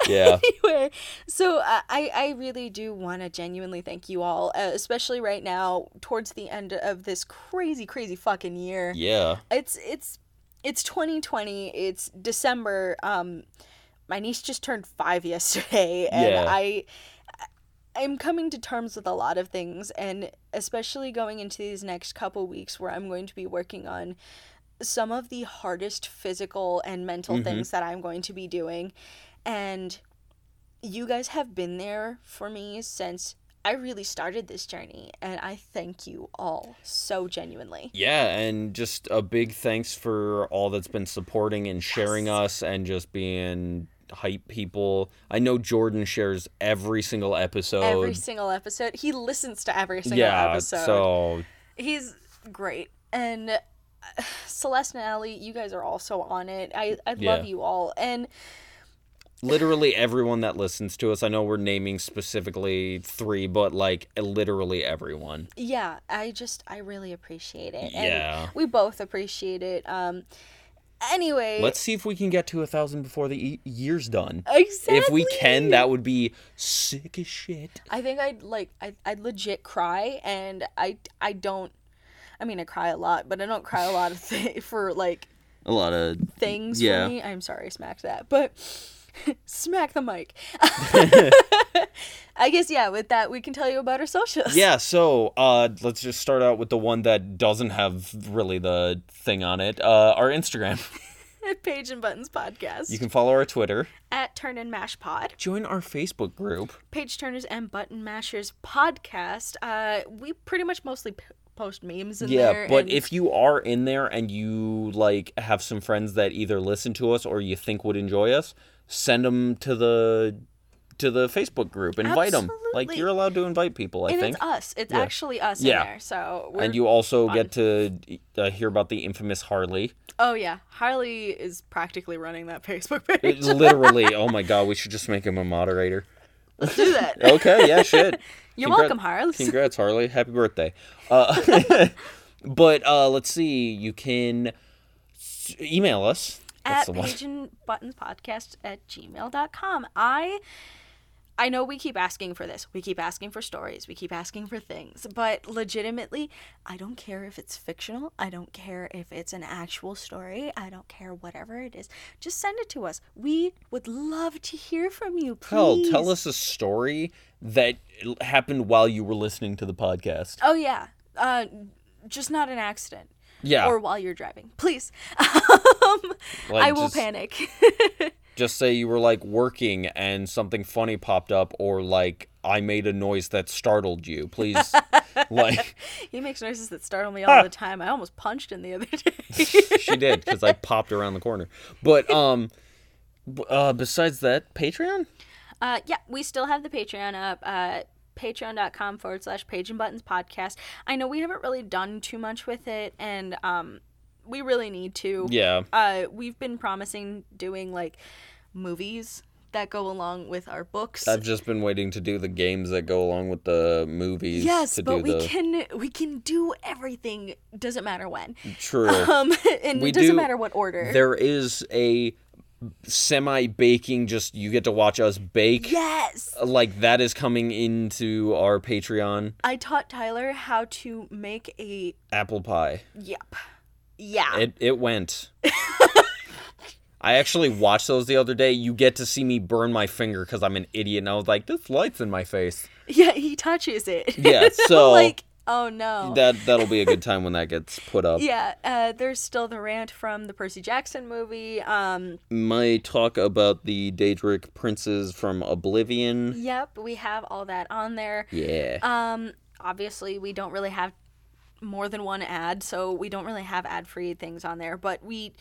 S1: Yeah.
S2: anyway, so uh, I I really do want to genuinely thank you all, uh, especially right now towards the end of this crazy crazy fucking year.
S1: Yeah.
S2: It's it's it's 2020. It's December. Um, my niece just turned five yesterday, and
S1: Yeah.
S2: I. I'm coming to terms with a lot of things, and especially going into these next couple weeks where I'm going to be working on some of the hardest physical and mental
S1: Mhm.
S2: things that I'm going to be doing. And you guys have been there for me since I really started this journey, and I thank you all so genuinely.
S1: Yeah, and just a big thanks for all that's been supporting and sharing us and just being hype people. I know Jordan shares every single episode.
S2: Every single episode, he listens to every single
S1: Um, yeah,
S2: episode.
S1: so
S2: He's great. And uh, Celeste and Allie, you guys are also on it. I, I
S1: Yeah.
S2: love you all. And
S1: literally everyone that listens to us, I know we're naming specifically 3, but like literally everyone.
S2: yeah, I just, I really appreciate it.
S1: Yeah.
S2: And we both appreciate it. Um, anyway.
S1: Let's see if we can get to a 1000 before the e- year's done.
S2: Exactly.
S1: If we can, that would be sick as shit.
S2: I think I'd like I I'd legit cry and I I don't I mean I cry a lot, but I don't cry a lot of th- for like
S1: A lot of
S2: things
S1: Yeah.
S2: for me. I'm sorry, smack that. But smack the mic. I guess yeah, with that we can tell you about our socials.
S1: Yeah, so uh, let's just start out with the one that doesn't have really the thing on it. Uh, our Instagram.
S2: At Page and Buttons Podcast.
S1: You can follow our Twitter.
S2: At Turn and Mash Pod.
S1: Join our Facebook group.
S2: Page Turners and Button Mashers Podcast. Uh we pretty much mostly p- post memes in there.
S1: yeah, but
S2: and-
S1: if you are in there and you like have some friends that either listen to us or you think would enjoy us, send them to the to the Facebook group. Invite them. Like
S2: Absolutely.
S1: you're allowed to invite people. I
S2: and
S1: think.
S2: it's us. It's
S1: Yeah.
S2: actually us
S1: Yeah.
S2: in there. So we're
S1: And you also get to uh, hear about the infamous Harley.
S2: Oh yeah, Harley is practically running that Facebook page.
S1: It- Literally, oh my god, we should just make him a moderator.
S2: Let's do that.
S1: Okay, yeah, shit.
S2: You're
S1: Congrat-
S2: welcome, Harley.
S1: Congrats, Harley. Happy birthday. Uh, but uh, let's see. You can s- email us.
S2: at
S1: the one.
S2: buttonspodcast at gmail.com. I I know we keep asking for this. We keep asking for stories. We keep asking for things. But legitimately, I don't care if it's fictional. I don't care if it's an actual story. I don't care whatever it is. Just send it to us. We would love to hear from you.
S1: Hell,
S2: Please.
S1: tell us a story that l- happened while you were listening to the podcast.
S2: Oh yeah. Uh just not an accident.
S1: Yeah.
S2: or while you're driving. Please. Um,
S1: Like,
S2: I will
S1: just-
S2: panic.
S1: Just say you were like working and something funny popped up, or like I made a noise that startled you. Please, like
S2: he makes noises that startle me
S1: Ah.
S2: all the time. I almost punched him the other day.
S1: she did because I popped around the corner. But um, b- uh, besides that, Patreon.
S2: uh, yeah, we still have the Patreon up. Uh, patreon.com forward slash page and buttons podcast. I know we haven't really done too much with it, and um, we really need to.
S1: Yeah.
S2: Uh, we've been promising doing like movies that go along with our books.
S1: I've just been waiting to do the games that go along with the movies.
S2: yes,
S1: to
S2: but
S1: do
S2: we
S1: the
S2: can we can do everything. Doesn't matter when.
S1: true.
S2: Um, and
S1: We
S2: it doesn't
S1: do-
S2: matter what order.
S1: there is a semi baking. Just you get to watch us bake.
S2: yes,
S1: Like that is coming into our Patreon
S2: I taught Tyler how to make a
S1: apple pie.
S2: yep, yeah.
S1: It it went. I actually watched those the other day. You get to see me burn my finger because I'm an idiot, and I was like, "This light's in my face."
S2: yeah, he touches it.
S1: Yeah, so
S2: like, oh no.
S1: that that'll be a good time when that gets put up.
S2: yeah, uh, there's still the rant from the Percy Jackson movie. Um,
S1: My talk about the Daedric princes from Oblivion.
S2: yep, we have all that on there.
S1: Yeah.
S2: Um, obviously, we don't really have more than one ad, so we don't really have ad free things on there, but we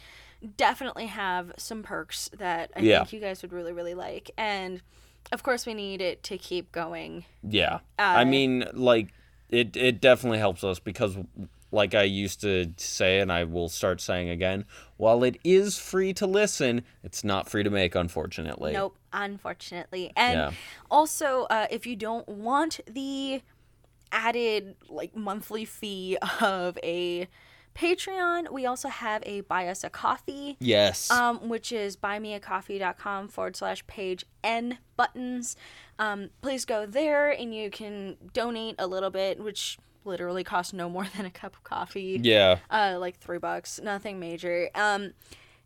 S2: definitely have some perks that I
S1: Yeah.
S2: think you guys would really, really like. And of course, we need it to keep going.
S1: yeah.
S2: uh,
S1: I mean, like it it definitely helps us because like I used to say and I will start saying again, while it is free to listen, it's not free to make unfortunately.
S2: Nope, unfortunately. And
S1: Yeah.
S2: also, uh, if you don't want the added like monthly fee of a Patreon. We also have a buy us a coffee,
S1: Yes.
S2: um, which is buymeacoffee.com forward slash page N buttons. Um, please go there and you can donate a little bit, which literally costs no more than a cup of coffee
S1: yeah.
S2: uh, like three bucks, nothing major, um,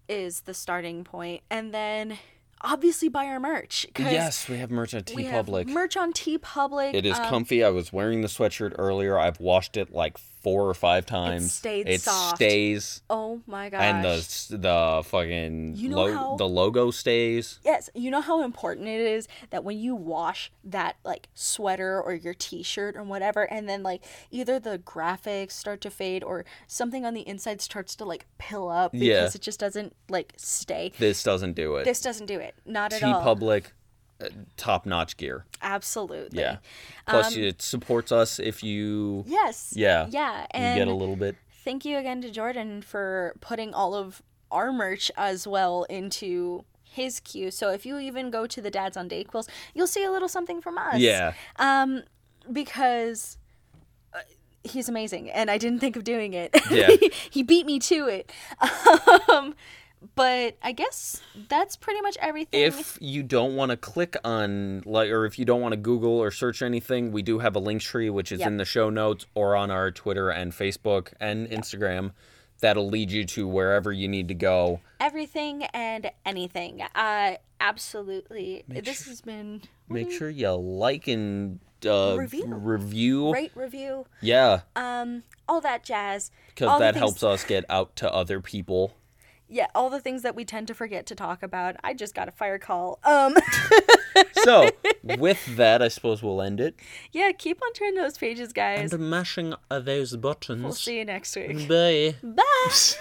S2: is the starting point. And then obviously buy our merch. 'cause
S1: Yes, we have merch at T
S2: we have
S1: Public.
S2: merch on Uh, T Public.
S1: It is comfy. I was wearing the sweatshirt earlier. I've washed it like four or five times.
S2: stayed
S1: It
S2: soft.
S1: stays,
S2: oh my gosh.
S1: and the the fucking
S2: You know
S1: lo-
S2: how-
S1: the logo stays.
S2: Yes, you know how important it is that when you wash that like sweater or your t-shirt or whatever and then like either the graphics start to fade or something on the inside starts to like pill up because
S1: Yeah.
S2: it just doesn't like stay.
S1: This doesn't do it.
S2: This doesn't do it. Not at
S1: T
S2: all.
S1: Public, uh, top notch gear.
S2: Absolutely.
S1: Yeah. Plus,
S2: Um,
S1: it supports us if you
S2: Yes.
S1: Yeah.
S2: Yeah.
S1: you
S2: And
S1: get a little bit.
S2: thank you again to Jordan for putting all of our merch as well into his queue. So if you even go to the Dads on Day Quills, you'll see a little something from us.
S1: Yeah.
S2: Um, because uh, he's amazing, and I didn't think of doing it.
S1: Yeah.
S2: he beat me to it. Um, but I guess that's pretty much everything.
S1: If you don't want to click on like, or if you don't want to Google or search anything, we do have a link tree which is
S2: Yep.
S1: in the show notes or on our Twitter and Facebook and Instagram. That'll lead you to wherever you need to go.
S2: everything and anything. Uh, absolutely. this has been
S1: Make sure you like and uh,
S2: Mm-hmm. Review.
S1: review.
S2: great review.
S1: Yeah,
S2: um, all that jazz. all
S1: because
S2: the
S1: that
S2: things-
S1: helps us get out to other people.
S2: Yeah, all the things that we tend to forget to talk about. I just got a fire call. Um,
S1: So, with that, I suppose we'll end it.
S2: yeah, keep on turning those pages, guys.
S1: And mashing of those buttons.
S2: We'll see you next week.
S1: Bye.
S2: Bye.